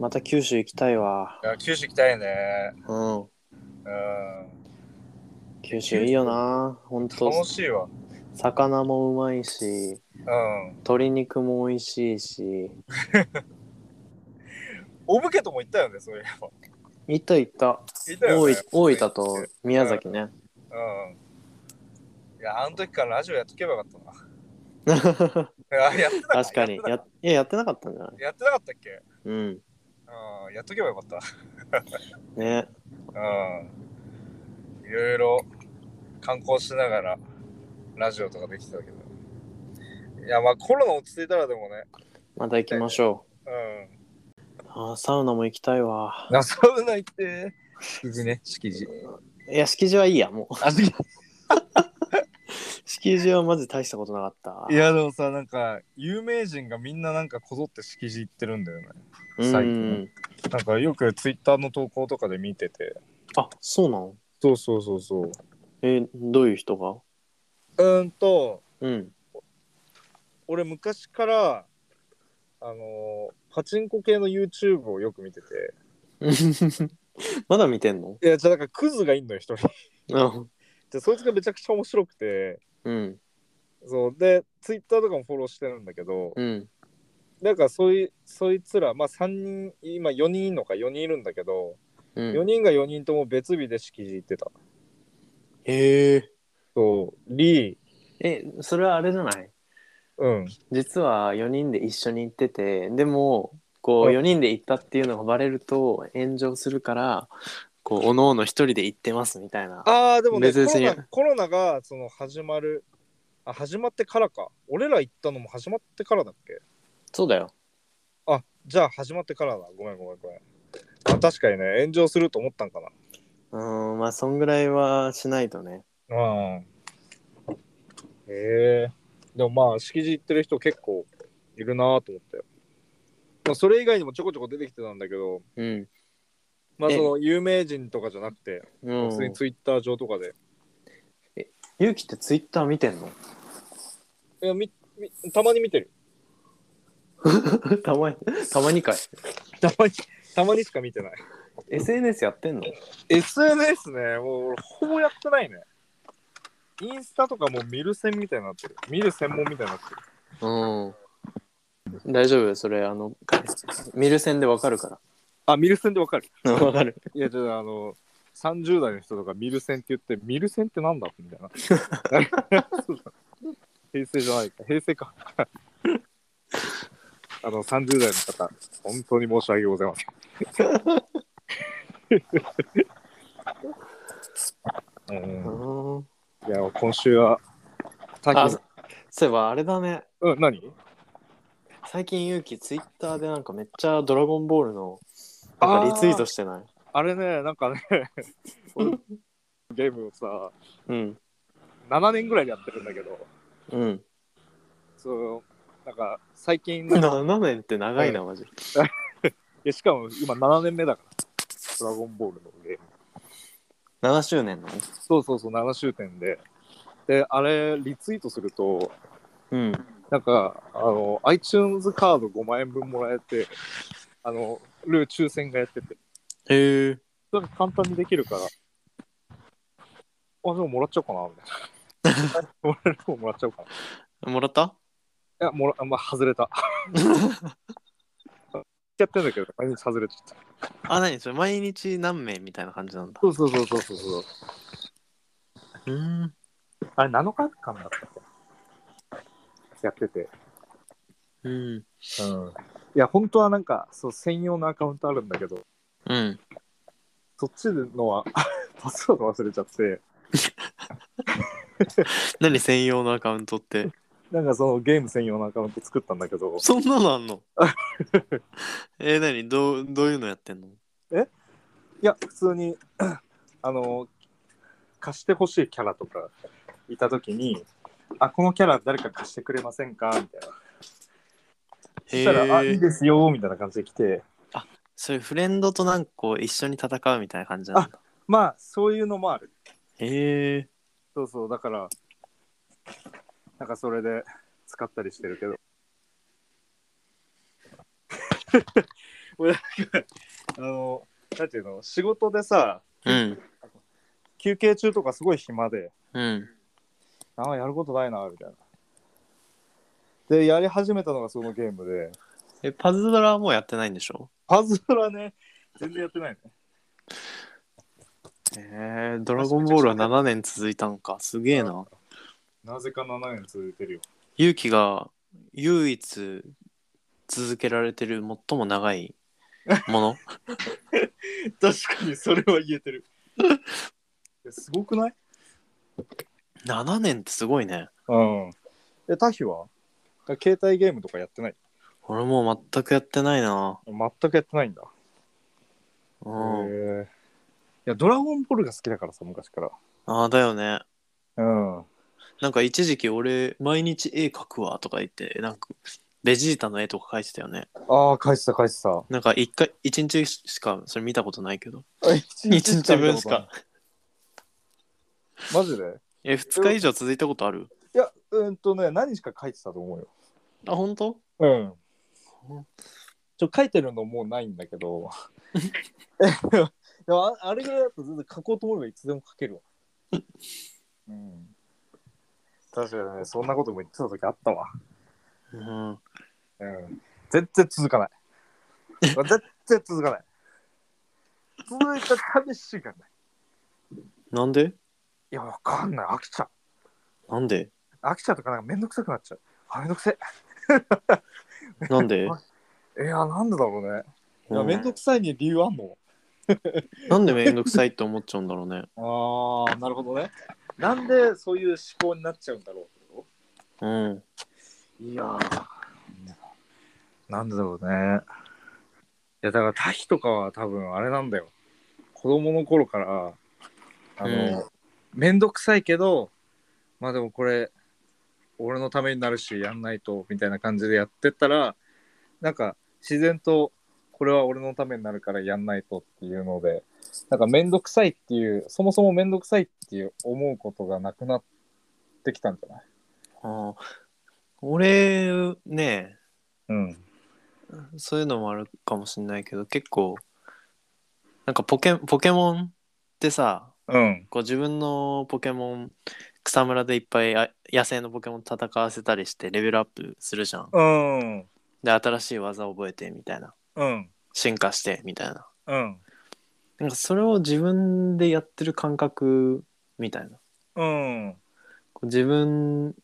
Speaker 2: また九州行きたいわ。
Speaker 1: や、九州行きたいね。
Speaker 2: うん。
Speaker 1: うん。
Speaker 2: 九州いいよな。ほんと
Speaker 1: 楽、しいわ。
Speaker 2: 魚もうまいし、
Speaker 1: うん。
Speaker 2: 鶏肉も美味しいし。
Speaker 1: お武家とも行ったよね、そういえば。
Speaker 2: 行った行った。
Speaker 1: 行ったよ
Speaker 2: 大
Speaker 1: ね
Speaker 2: 分。大分と宮崎ね。
Speaker 1: うん。いや、あの時からラジオやっとけばよかったな。いややってなかった
Speaker 2: 確かに
Speaker 1: やって。な
Speaker 2: や、いや、やってなかったんじゃない
Speaker 1: やってなかったっけ
Speaker 2: うん。
Speaker 1: うん。やっとけばよかっ
Speaker 2: ね。
Speaker 1: た。うん。いろいろ観光しながらラジオとかできてたけど。いや、まあコロナ落ち着いたらでもね。
Speaker 2: また行きましょ
Speaker 1: うん。
Speaker 2: う。ああ、サウナも行きたいわ。
Speaker 1: なサウナ行って。敷地ね、敷地。
Speaker 2: いや、敷地はいいや、もう。
Speaker 1: あ、敷
Speaker 2: 敷地はマジ大したことなかった。
Speaker 1: いや、でもさ、なんか、有名人がみんななんかこぞって敷地行ってるんだよね。
Speaker 2: うん
Speaker 1: 最近なんかよくツイッターの投稿とかで見てて。
Speaker 2: あ、そうなの
Speaker 1: そうそうそうそう。
Speaker 2: えどういう人が
Speaker 1: うーんと、
Speaker 2: うん。
Speaker 1: 俺昔から、あのーパチンコ系の YouTube をよく見てて。
Speaker 2: まだ見てんの
Speaker 1: いや、じゃあなんかクズがいんのよ、一人。
Speaker 2: あ
Speaker 1: で、そいつがめちゃくちゃ面白くて。
Speaker 2: うん。
Speaker 1: そう。で、ツイッターとかもフォローしてるんだけど、
Speaker 2: うん。
Speaker 1: なんかそういう、そいつら、まあ3人、今4人いるのか、4人いるんだけど、
Speaker 2: う
Speaker 1: 4
Speaker 2: ん、
Speaker 1: 人が4人とも別日で敷地行ってた。
Speaker 2: へえ。
Speaker 1: そう、リー、
Speaker 2: え、それはあれじゃない
Speaker 1: うん。
Speaker 2: 実は4人で一緒に行ってて、でも、こう
Speaker 1: うん
Speaker 2: 4人で行ったっていうのがバレると炎上するから、こう、おのおの一人で行ってますみたいな。
Speaker 1: ああ、でもね、コ
Speaker 2: 別々
Speaker 1: ロ
Speaker 2: に
Speaker 1: ナコロナがその始まる、あ、始まってからか。俺ら行ったのも始まってからだっけ
Speaker 2: そうだよ。
Speaker 1: あ、じゃあ始まってからだ。ごめんごめんごめん。あ、確かにね、炎上すると思ったんかな。
Speaker 2: うん、まあ、そんぐらいはしないとね。
Speaker 1: うん。へえ。でもまあ、敷地行ってる人結構いるなと思ったよ。まあ、それ以外にもちょこちょこ出てきてたんだけど、
Speaker 2: うん。
Speaker 1: まあ、
Speaker 2: ええ
Speaker 1: その有名人とかじゃなくて、
Speaker 2: うん
Speaker 1: 普通にツイッター上とかで。
Speaker 2: ゆうきってツイッター見てんの
Speaker 1: いやみみたまに見てる。
Speaker 2: たまに、たまにかい。
Speaker 1: たまに、 たまにしか見てない。
Speaker 2: SNS やってんの
Speaker 1: SNS ね、もう俺ほぼやってないね。インスタとかもう見る線みたいになってる。見る専門みたいになってる。
Speaker 2: うん。大丈夫それ、あの、見る線でわかるか
Speaker 1: あ、見る線でわかる。
Speaker 2: ら。 わかる。
Speaker 1: いや、ちょっとあの、30代の人とか見る線って言って、見る線ってなんだみたい な。そうだ平成じゃないか。平成か。あの、30代の方、本当に申し訳ございません。うん、
Speaker 2: うん
Speaker 1: いや、今週は、最
Speaker 2: あ
Speaker 1: 近
Speaker 2: そ、そういえばあれだね
Speaker 1: うん、何
Speaker 2: 最近ゆうきツイッターでなんかめっちゃ「ドラゴンボール」のなんかリツイートしてない
Speaker 1: あれね、なんかね、俺ゲームをさ、
Speaker 2: うん
Speaker 1: 7年ぐらいでやってるんだけど、
Speaker 2: うん
Speaker 1: そう、なんか、最近、なんか
Speaker 2: 7年って長いなマジ
Speaker 1: いやしかも今7年目だから、ドラゴンボールのゲーム。
Speaker 2: 7周年なの
Speaker 1: そうそうそう、7周点で。で、あれ、リツイートすると、
Speaker 2: うん
Speaker 1: なんか、あの、iTunes カード5万円分もらえて、あの、ルー抽選がやってて、
Speaker 2: へえ
Speaker 1: それ簡単にできるから、あ、でももらっちゃおうかな、みたいな。 もらえる方もらっちゃおうかな。い
Speaker 2: もらった
Speaker 1: や、もら、まあ、外れた。やってんだけど、毎日外れちゃった。
Speaker 2: あ何それ毎日何名みたいな感じなんだ
Speaker 1: そうそうそうそうそうそう。
Speaker 2: うん
Speaker 1: あれ、7日間だったっけやってて。
Speaker 2: うん
Speaker 1: うん。いや、本当はなんか、そう、専用のアカウントあるんだけど、
Speaker 2: うん
Speaker 1: そっちのは、 パスワード忘れちゃって、
Speaker 2: 何専用のアカウントって
Speaker 1: なんかそのゲーム専用のアカウント作ったんだけど、
Speaker 2: そんなのあ んのえ何どうどういうのやってんの
Speaker 1: いや、普通に、 あの、貸してほしいキャラとかいたときに、あ、このキャラ誰か貸してくれませんかみたいな。そしたら、あ、
Speaker 2: へ
Speaker 1: いい
Speaker 2: え
Speaker 1: ですよ、みたいな感じで来て、
Speaker 2: それフレンドとなんかこう一緒に戦うみたいな感じなんだ
Speaker 1: まあ、そういうのもある。
Speaker 2: へえ
Speaker 1: そうそう、だから、なんかそれで使ったりしてるけど。俺なんかあの、なんていうの、仕事でさ、
Speaker 2: うん
Speaker 1: 休憩中とかすごい暇で、
Speaker 2: うん
Speaker 1: ああ、やることないな、みたいな。で、やり始めたのがそのゲームで、
Speaker 2: えパズドラはもうやってないんでしょ
Speaker 1: パズドラね、全然やってないね。
Speaker 2: えー、ドラゴンボールは7年続いたのかすげえな
Speaker 1: なぜか7年続いてるよ。
Speaker 2: 勇気が唯一続けられてる最も長い もの
Speaker 1: 確かに、それは言えてる。いやすごくない
Speaker 2: 7年ってすごいね
Speaker 1: うん。え、タヒは携帯ゲームとかやってない
Speaker 2: 俺もう全くやってないな
Speaker 1: 全くやってないんだ。
Speaker 2: うん
Speaker 1: へえいや、ドラゴンボールが好きだからさ、昔から。
Speaker 2: ああだよね
Speaker 1: うん。
Speaker 2: なんか一時期俺毎日絵描くわとか言ってなんかベジータの絵とか描いてたよね
Speaker 1: ああ、返してた、返してた。
Speaker 2: なんか一回一日しかそれ見たことないけど
Speaker 1: 一
Speaker 2: 一日分しか。
Speaker 1: マジで
Speaker 2: え二日以上続いたことある
Speaker 1: いや、うんとね、何しか書いてたと思うよ。
Speaker 2: あ本当
Speaker 1: うん。ちょ、書いてるのもうないんだけど。 えでもああれぐらいだと全然書こうと思えばいつでも書けるわ。うん。確かにね、そんなことも言ってた時あったわ。
Speaker 2: うん
Speaker 1: うん全然続かない。全然続かない。続いた試しがない。
Speaker 2: なんで
Speaker 1: いや、わかんない。飽きちゃう。
Speaker 2: なんで
Speaker 1: 飽きちゃうとか、なんかめんどくさくなっちゃう。あ、めんどくせ
Speaker 2: なんで、
Speaker 1: え。 いや、なんでだろうね。いや、
Speaker 2: うん
Speaker 1: めんどくさいに理由あんの
Speaker 2: なんでめんどくさいって思っちゃうんだろうね。
Speaker 1: ああ、なるほどね。なんでそういう思考になっちゃうんだろ
Speaker 2: うん。
Speaker 1: う。いやー。なんでだろうね。いや、だから、タヒとかは多分あれなんだよ。子供の頃から、あの、めんどくさいけど、まあでもこれ、俺のためになるし、やんないと、みたいな感じでやってったら、なんか、自然と、これは俺のためになるからやんないとっていうので、なんかめんどくさいっていう、そもそもめんどくさいっていう思うことがなくなってきたんじゃない
Speaker 2: ああ俺ね
Speaker 1: うん。
Speaker 2: そういうのもあるかもしれないけど結構なんかポケポケモンってさ
Speaker 1: うん。
Speaker 2: こう自分のポケモン草むらでいっぱいあ野生のポケモン戦わせたりしてレベルアップするじゃん。
Speaker 1: うん。
Speaker 2: で新しい技覚えてみたいな
Speaker 1: うん。
Speaker 2: 進化してみたいな。
Speaker 1: うん。
Speaker 2: なんかそれを自分でやってる感覚みたいな。
Speaker 1: うん。
Speaker 2: こう自分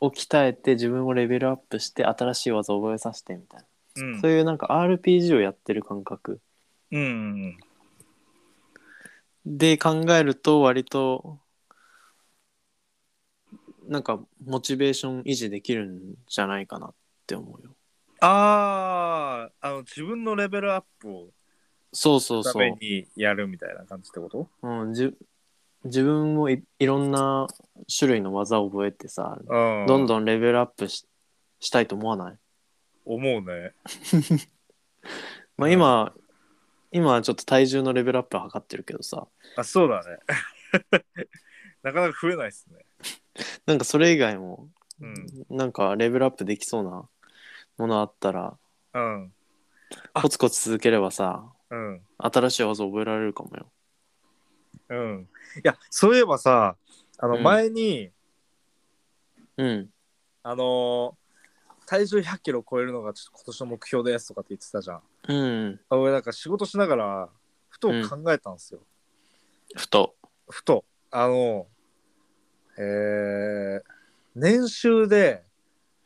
Speaker 2: を鍛えて自分をレベルアップして新しい技を覚えさせてみたいな
Speaker 1: うん
Speaker 2: そういうなんか RPG をやってる感覚
Speaker 1: うん
Speaker 2: で考えると割となんかモチベーション維持できるんじゃないかなって思うよ
Speaker 1: あああの自分のレベルアップを
Speaker 2: そうそう
Speaker 1: た
Speaker 2: そ
Speaker 1: め
Speaker 2: う、
Speaker 1: にやるみたいな感じってこと
Speaker 2: うん、じゅ自分もいいろんな種類の技を覚えてさ
Speaker 1: うん
Speaker 2: どん
Speaker 1: ん
Speaker 2: どんレベルアップししたいと思わない
Speaker 1: 思うね
Speaker 2: まあ今、今はちょっと体重のレベルアップを測ってるけどさ
Speaker 1: あそうだねなかなか増えないっすね
Speaker 2: なんかそれ以外も、
Speaker 1: うん
Speaker 2: なんかレベルアップできそうなものあったら
Speaker 1: うんあ
Speaker 2: コツコツ続ければさ
Speaker 1: うん
Speaker 2: 新しい技覚えられるかもよ
Speaker 1: うんいやそういえばさあの
Speaker 2: うん
Speaker 1: 前に、
Speaker 2: うん
Speaker 1: あのー体重1 0 0キロ超えるのがちょっと今年の目標ですとかって言ってたじゃん
Speaker 2: うん
Speaker 1: あ俺なんか仕事しながらふと考えたんですよ、
Speaker 2: ふと
Speaker 1: ふとあのえー、年収で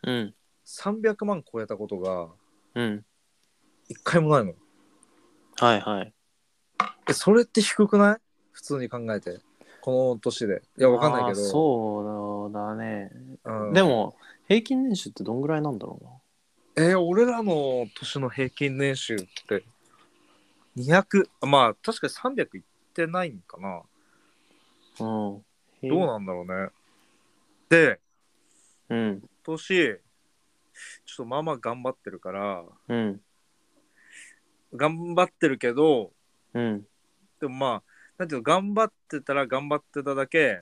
Speaker 2: うん
Speaker 1: 300万超えたことが
Speaker 2: うん
Speaker 1: 一回もないの
Speaker 2: はいはい
Speaker 1: えそれって低くない普通に考えてこの年でいやわかんないけ
Speaker 2: あー
Speaker 1: ど
Speaker 2: そうだね、
Speaker 1: うん
Speaker 2: でも平均年収ってどんぐらいなんだろうな
Speaker 1: えー俺らの年の平均年収って200まあ確かに300いってないんかな
Speaker 2: うん
Speaker 1: どうなんだろうねで
Speaker 2: うん
Speaker 1: 今年ちょっとまあまあ頑張ってるから
Speaker 2: うん
Speaker 1: 頑張ってるけど
Speaker 2: うん
Speaker 1: でもまあなんていうの頑張ってたら頑張ってただけ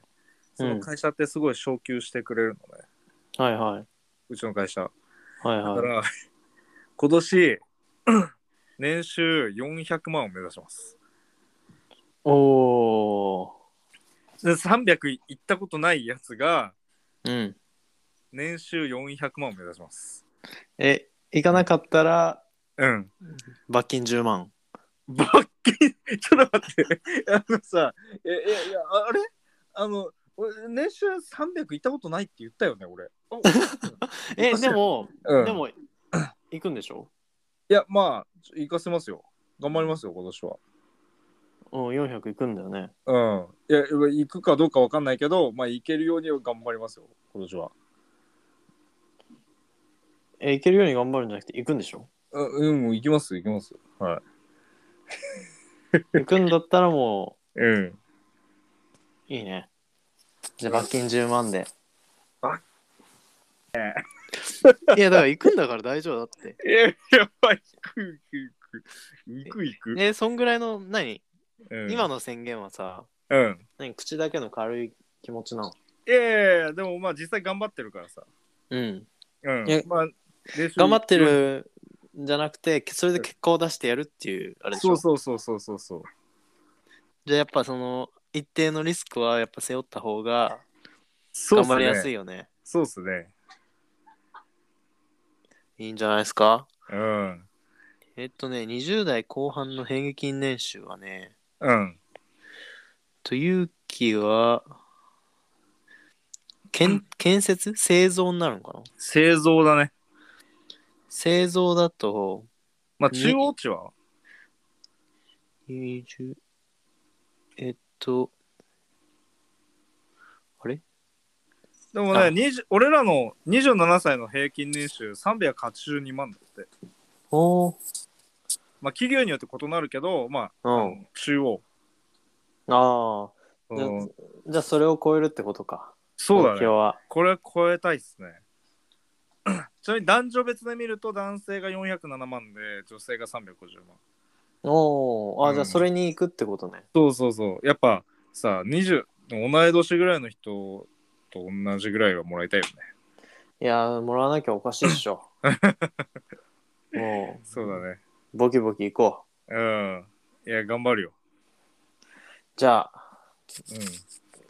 Speaker 1: その会社ってすごい昇給してくれるのね、
Speaker 2: はいはいう
Speaker 1: ちの会社
Speaker 2: はい
Speaker 1: だ
Speaker 2: は
Speaker 1: か
Speaker 2: い
Speaker 1: ら、 今年 年収400万を目指します
Speaker 2: おお
Speaker 1: で300いったことないやつが
Speaker 2: ーうん
Speaker 1: 年収400万を目指します
Speaker 2: え行かなかったら
Speaker 1: うん
Speaker 2: 罰金10万
Speaker 1: 罰金ちょっと待って あのさえいやいやああれあの俺年収300いったことないって言ったよね俺 お
Speaker 2: えでも、
Speaker 1: うん
Speaker 2: でも行くんでしょ
Speaker 1: いやまあちょ行かせますよ頑張りますよ今年は
Speaker 2: うん400行くんだよね
Speaker 1: うんいや行くかどうかわかんないけどまあ行けるようには頑張りますよ今年は
Speaker 2: え行けるように頑張るんじゃなくて行くんでしょ
Speaker 1: うん、うん、行きます行きますはい
Speaker 2: 行くんだったらも
Speaker 1: うん
Speaker 2: ういいねじゃあ罰金10万で
Speaker 1: 罰
Speaker 2: いやだから行くんだから大丈夫だって
Speaker 1: えやばい行く行く行く行く行
Speaker 2: ねそんぐらいの何、
Speaker 1: く、うん、
Speaker 2: 今の宣言はさ
Speaker 1: うん
Speaker 2: 何口だけの軽い気持ちなの
Speaker 1: いやいやいやでもまあ実際頑張ってるからさ
Speaker 2: うん
Speaker 1: うん
Speaker 2: いや
Speaker 1: まあ練習
Speaker 2: 頑張ってるんじゃなくてそれで結果を出してやるっていうあれでし
Speaker 1: そ
Speaker 2: ょ
Speaker 1: うそうそうそうそうそう
Speaker 2: じゃあやっぱその一定のリスクはやっぱ背負った方が
Speaker 1: そうっ
Speaker 2: 頑
Speaker 1: すね
Speaker 2: 張りやすいよね
Speaker 1: そうっすね
Speaker 2: いいんじゃないですか
Speaker 1: うん
Speaker 2: えっとね20代後半の平均年収はね
Speaker 1: うん
Speaker 2: と勇気はけん建設製造になるのかな
Speaker 1: 製造だね
Speaker 2: 製造だと
Speaker 1: まあ中央値は
Speaker 2: 20えっとあれ
Speaker 1: でも
Speaker 2: あ
Speaker 1: ね20俺らの27歳の平均年収382万だって
Speaker 2: おー
Speaker 1: まあ企業によって異なるけどまあ、
Speaker 2: うん
Speaker 1: 中央
Speaker 2: ああじゃ
Speaker 1: うん
Speaker 2: じゃあそれを超えるってことか
Speaker 1: そうだ
Speaker 2: 目
Speaker 1: ね
Speaker 2: 標は
Speaker 1: これ超えたいっすね。 ちなみに男女別で見ると男性が407万で女性が350万。
Speaker 2: おーあ、
Speaker 1: うん
Speaker 2: じゃあそれに行くってことね
Speaker 1: そうそうそう。やっぱさ、20、同い年ぐらいの人と同じぐらいはもらいたいよね。
Speaker 2: いやーもらわなきゃおかしいっ しょも
Speaker 1: そうだね。
Speaker 2: うボキボキ行こう
Speaker 1: うん。いや、頑張るよ。
Speaker 2: じゃあ
Speaker 1: うん。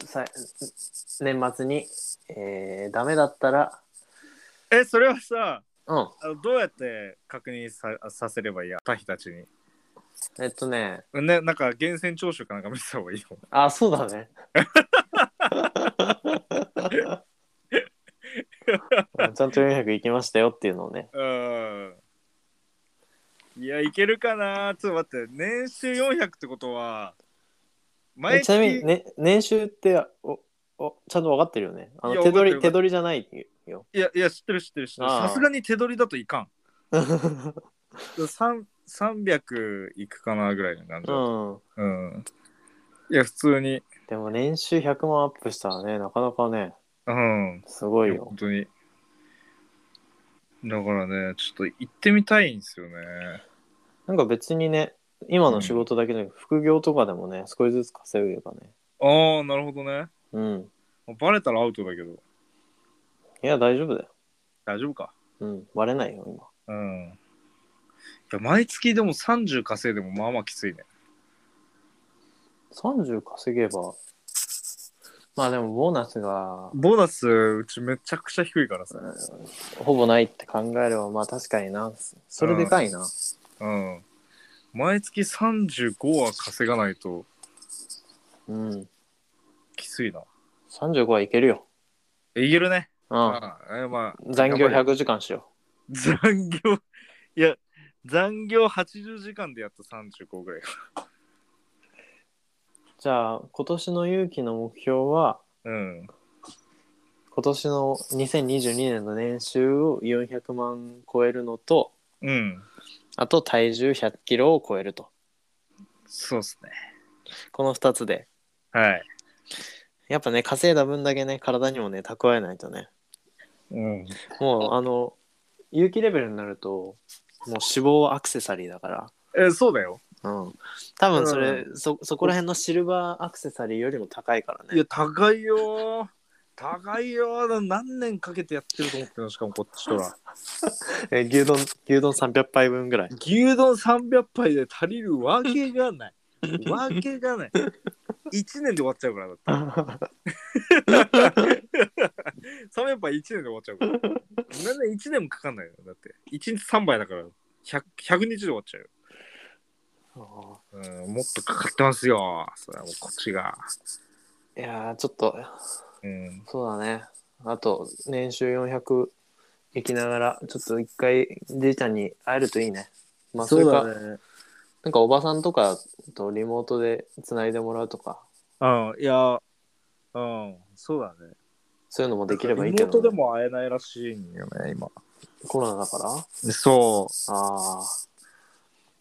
Speaker 2: さ年末に、えー、ダメだったら、
Speaker 1: え、それはさ、
Speaker 2: うん、
Speaker 1: あのどうやって確認ささせればいいや、他人たちに。
Speaker 2: えっとね、
Speaker 1: ね、なんか源泉徴収かなんか見せた方がいいよ。
Speaker 2: あ、そうだ ね。ちゃんと400行きましたよっていうのをね、
Speaker 1: うん。いや、いけるかなちょっと待って、年収400ってことは、
Speaker 2: え
Speaker 1: 毎
Speaker 2: ちなみに、ね、年収っておおちゃんと分かってるよね。あ
Speaker 1: い
Speaker 2: の
Speaker 1: や
Speaker 2: 手取り
Speaker 1: 分か
Speaker 2: 手
Speaker 1: って
Speaker 2: 取りじゃない よ。
Speaker 1: いや、いや、知ってる知ってる知ってる。
Speaker 2: ああ
Speaker 1: さすがに手取りだといかん。3 300いくかなぐらいの感じだ
Speaker 2: う
Speaker 1: と。
Speaker 2: ん、
Speaker 1: うん。いや、普通に。
Speaker 2: でも年収100万アップしたらねなかなかね
Speaker 1: うん。
Speaker 2: すごい
Speaker 1: いや
Speaker 2: よ
Speaker 1: 本。当に。だからね、ちょっと行ってみたいんですよね。
Speaker 2: なんか別にね今の仕事だけじゃなく副業とかでもね少しずつ稼げればね。
Speaker 1: ああ、なるほどね。
Speaker 2: うん。
Speaker 1: バレたらアウトだけど、
Speaker 2: いや大丈夫だよ。
Speaker 1: 大丈夫か。
Speaker 2: うん。割れないよ今。
Speaker 1: うん。いや、毎月でも30稼いでもまあまあきついね。
Speaker 2: 30稼げばまあでもボーナスが
Speaker 1: ボーナス、うちめちゃくちゃ低いからさ。
Speaker 2: ほぼないって考えればまあ確かになそれでかいな、
Speaker 1: うん。毎月35は稼がないと
Speaker 2: うん、
Speaker 1: きついな。
Speaker 2: 35はいけるよ、
Speaker 1: えいけるね。
Speaker 2: うん、
Speaker 1: ああえまあ、
Speaker 2: 残業
Speaker 1: 頑張
Speaker 2: 100時間しよ
Speaker 1: 残業、いや、残業80時間でやっと35ぐらい。
Speaker 2: うじゃあ今年の勇気の目標は
Speaker 1: うん。
Speaker 2: 今年の2022年の年収を400万超えるのと
Speaker 1: うん。
Speaker 2: あと体重100キロを超えると
Speaker 1: そうっすね。
Speaker 2: この2つで
Speaker 1: はい。
Speaker 2: やっぱね稼いだ分だけね体にもね蓄えないとね
Speaker 1: うん。
Speaker 2: もうあの有機レベルになるともう脂肪はアクセサリーだか
Speaker 1: え、そうだよ。
Speaker 2: ら、うん、多分それ、そそこら辺のシルバーアクセサリーよりも高いから
Speaker 1: い
Speaker 2: ね
Speaker 1: や、高いよー。高いよー。何年かけてやってると思ってるの、しかもこっちとら。
Speaker 2: え牛丼牛丼300杯分ぐらい
Speaker 1: 牛丼300杯で足りるわけが ない。わけがない。1年で終わっちゃうからだって。300杯1年で終わっちゃうから。なんで1年もかかんないよ。だって。1日3杯だから 100, 100日で終わっちゃうよ。うん、もっとかかってますよ。それはもうこっちが。
Speaker 2: いやーちょっと
Speaker 1: うん。
Speaker 2: そうだねあと年収400いきながらちょっと一回じいちゃんに会えるといいねまあそれか、
Speaker 1: ね。
Speaker 2: なんかおばさんとかとリモートでつないでもらうとか
Speaker 1: うん、いや、うん、そうだね。
Speaker 2: そういうのもできればいいけど、
Speaker 1: 妹でも会えないらしいんよね、今。
Speaker 2: コロナだから
Speaker 1: そ
Speaker 2: ああ
Speaker 1: う。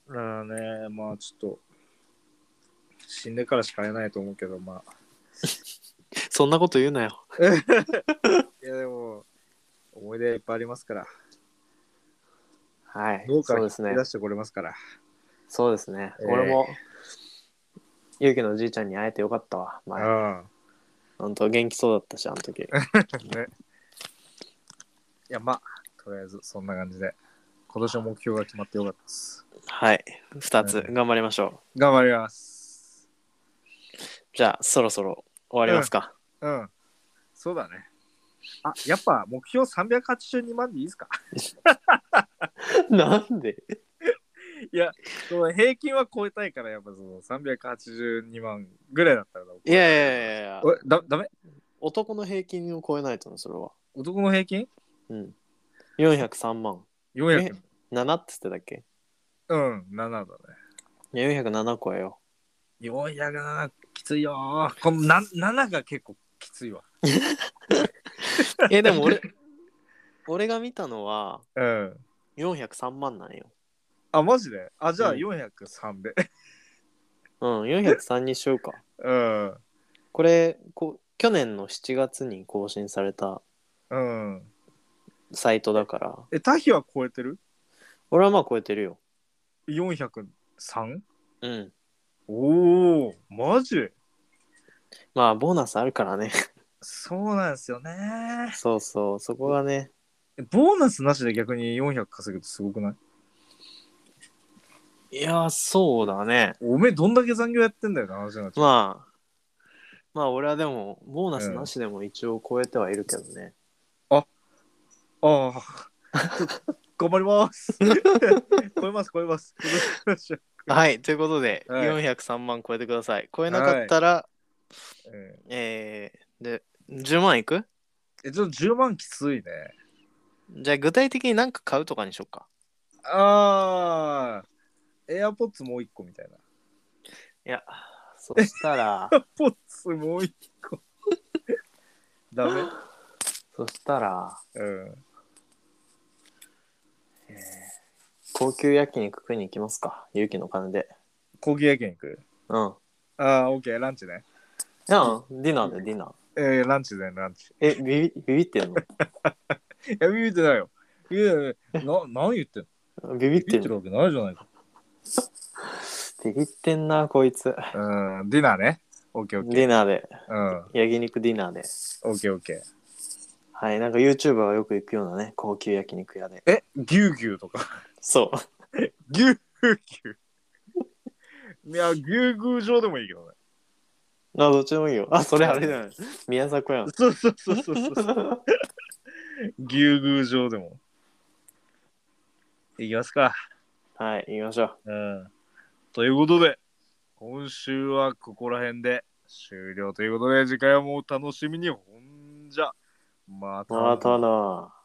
Speaker 1: だからね、まあちょっと、死んでからしか会えないと思うけど、まあ。
Speaker 2: そんなこと言うなよ
Speaker 1: いや、でも、思い出いっぱいありますから、
Speaker 2: はい
Speaker 1: 脳か
Speaker 2: そう
Speaker 1: ら
Speaker 2: で
Speaker 1: 引
Speaker 2: すね
Speaker 1: き出してこれますから。
Speaker 2: そうですね、
Speaker 1: えー
Speaker 2: 俺もゆうきのじいちゃんに会えてよかったわ前
Speaker 1: うん。
Speaker 2: ほんと元気そうだったしあの 時
Speaker 1: ね。いや、まあ、とりあえず、そんな感じで、今年の目標が決まってよかったです。
Speaker 2: はい2つ頑張りましょう
Speaker 1: 頑張ります。
Speaker 2: じゃあそろそろ終わりますか、
Speaker 1: うん。そうだね。あ、やっぱ目標382万でいいですか
Speaker 2: なんで
Speaker 1: いや、その平均は超えたいから、やっぱその382万ぐらいだったらだ。
Speaker 2: いやいやいやいや
Speaker 1: おだ、だめ
Speaker 2: 男の平均を超えないとねそれは
Speaker 1: 男の平均
Speaker 2: うん403万
Speaker 1: ?400。
Speaker 2: 7って言ってたっけ
Speaker 1: うん、7だね。
Speaker 2: いや407超えよ
Speaker 1: 407、きついよー。このな7が結構きついわ。
Speaker 2: うえで も俺俺が見たのは
Speaker 1: うん。
Speaker 2: 403万なんよ
Speaker 1: あ、マジであ、じゃあ
Speaker 2: うん
Speaker 1: 403で。
Speaker 2: うん403にしようか
Speaker 1: うん。
Speaker 2: これこう去年の7月に更新された
Speaker 1: うん。
Speaker 2: サイトだから
Speaker 1: え、タヒは超えてる
Speaker 2: 俺はまあ超えてるよ
Speaker 1: ?403?
Speaker 2: うん
Speaker 1: おー、マジ
Speaker 2: まあボーナスあるからね
Speaker 1: そうなんですよね。
Speaker 2: そうそうそこがね
Speaker 1: ボーナスなしで逆に400稼ぐってすごくない
Speaker 2: いやーそうだね
Speaker 1: おめえどんだけ残業やってんだよな話になっちゃう。
Speaker 2: まあまあ俺はでもボーナスなしでも一応超えてはいるけどね、
Speaker 1: ああ。頑張ります。 超えます、超え ます。
Speaker 2: はいということで、
Speaker 1: はい
Speaker 2: 403万超えてください超えなかったら、
Speaker 1: え
Speaker 2: えー、で10万いく
Speaker 1: ーえ、ちょっと10万きついね。
Speaker 2: じゃあ具体的に何か買うとかにしよっか
Speaker 1: ああ、エアポッツもう一個みたいな。
Speaker 2: いや、そしたら、
Speaker 1: エアポッツもう一個。 ダメ。
Speaker 2: そしたら、
Speaker 1: うん。
Speaker 2: 高級焼肉食いに行きますか。勇気の金で。
Speaker 1: 高級焼肉。
Speaker 2: うん。
Speaker 1: ああ、オッケー、ランチね。
Speaker 2: いや、ディナーでディナー。
Speaker 1: えー、ランチだよ、ランチ。
Speaker 2: え、ビビビビってん
Speaker 1: いや、ビビってないよ。ビビってない。な、何言ってんの
Speaker 2: のビビ
Speaker 1: ビビ
Speaker 2: って
Speaker 1: ってる
Speaker 2: んの
Speaker 1: わけないじゃないか。
Speaker 2: ビビってんな、こいつ。
Speaker 1: うん、ディナーね。オッケー、オッケー。
Speaker 2: ディナーで。
Speaker 1: うん、
Speaker 2: 焼肉ディナーで。
Speaker 1: オッケー、オッケー。
Speaker 2: はい、なんか YouTuber がよく行くようなね、高級焼肉屋で。
Speaker 1: え、ぎゅうぎゅうとか。
Speaker 2: そう。
Speaker 1: ぎゅうぎゅう。いや、ぎゅうぎゅう状でもいいけどね。
Speaker 2: あ、どっちでもいいよ。あ、それあれじゃない。宮迫やん。
Speaker 1: そうそうそうそうそう。 ぎゅうぎゅう状でも。いきますか。
Speaker 2: はい、行きましょう。
Speaker 1: うん。ということで、今週はここら辺で終了ということで、次回はもう楽しみに。ほんじゃ、また。
Speaker 2: またな。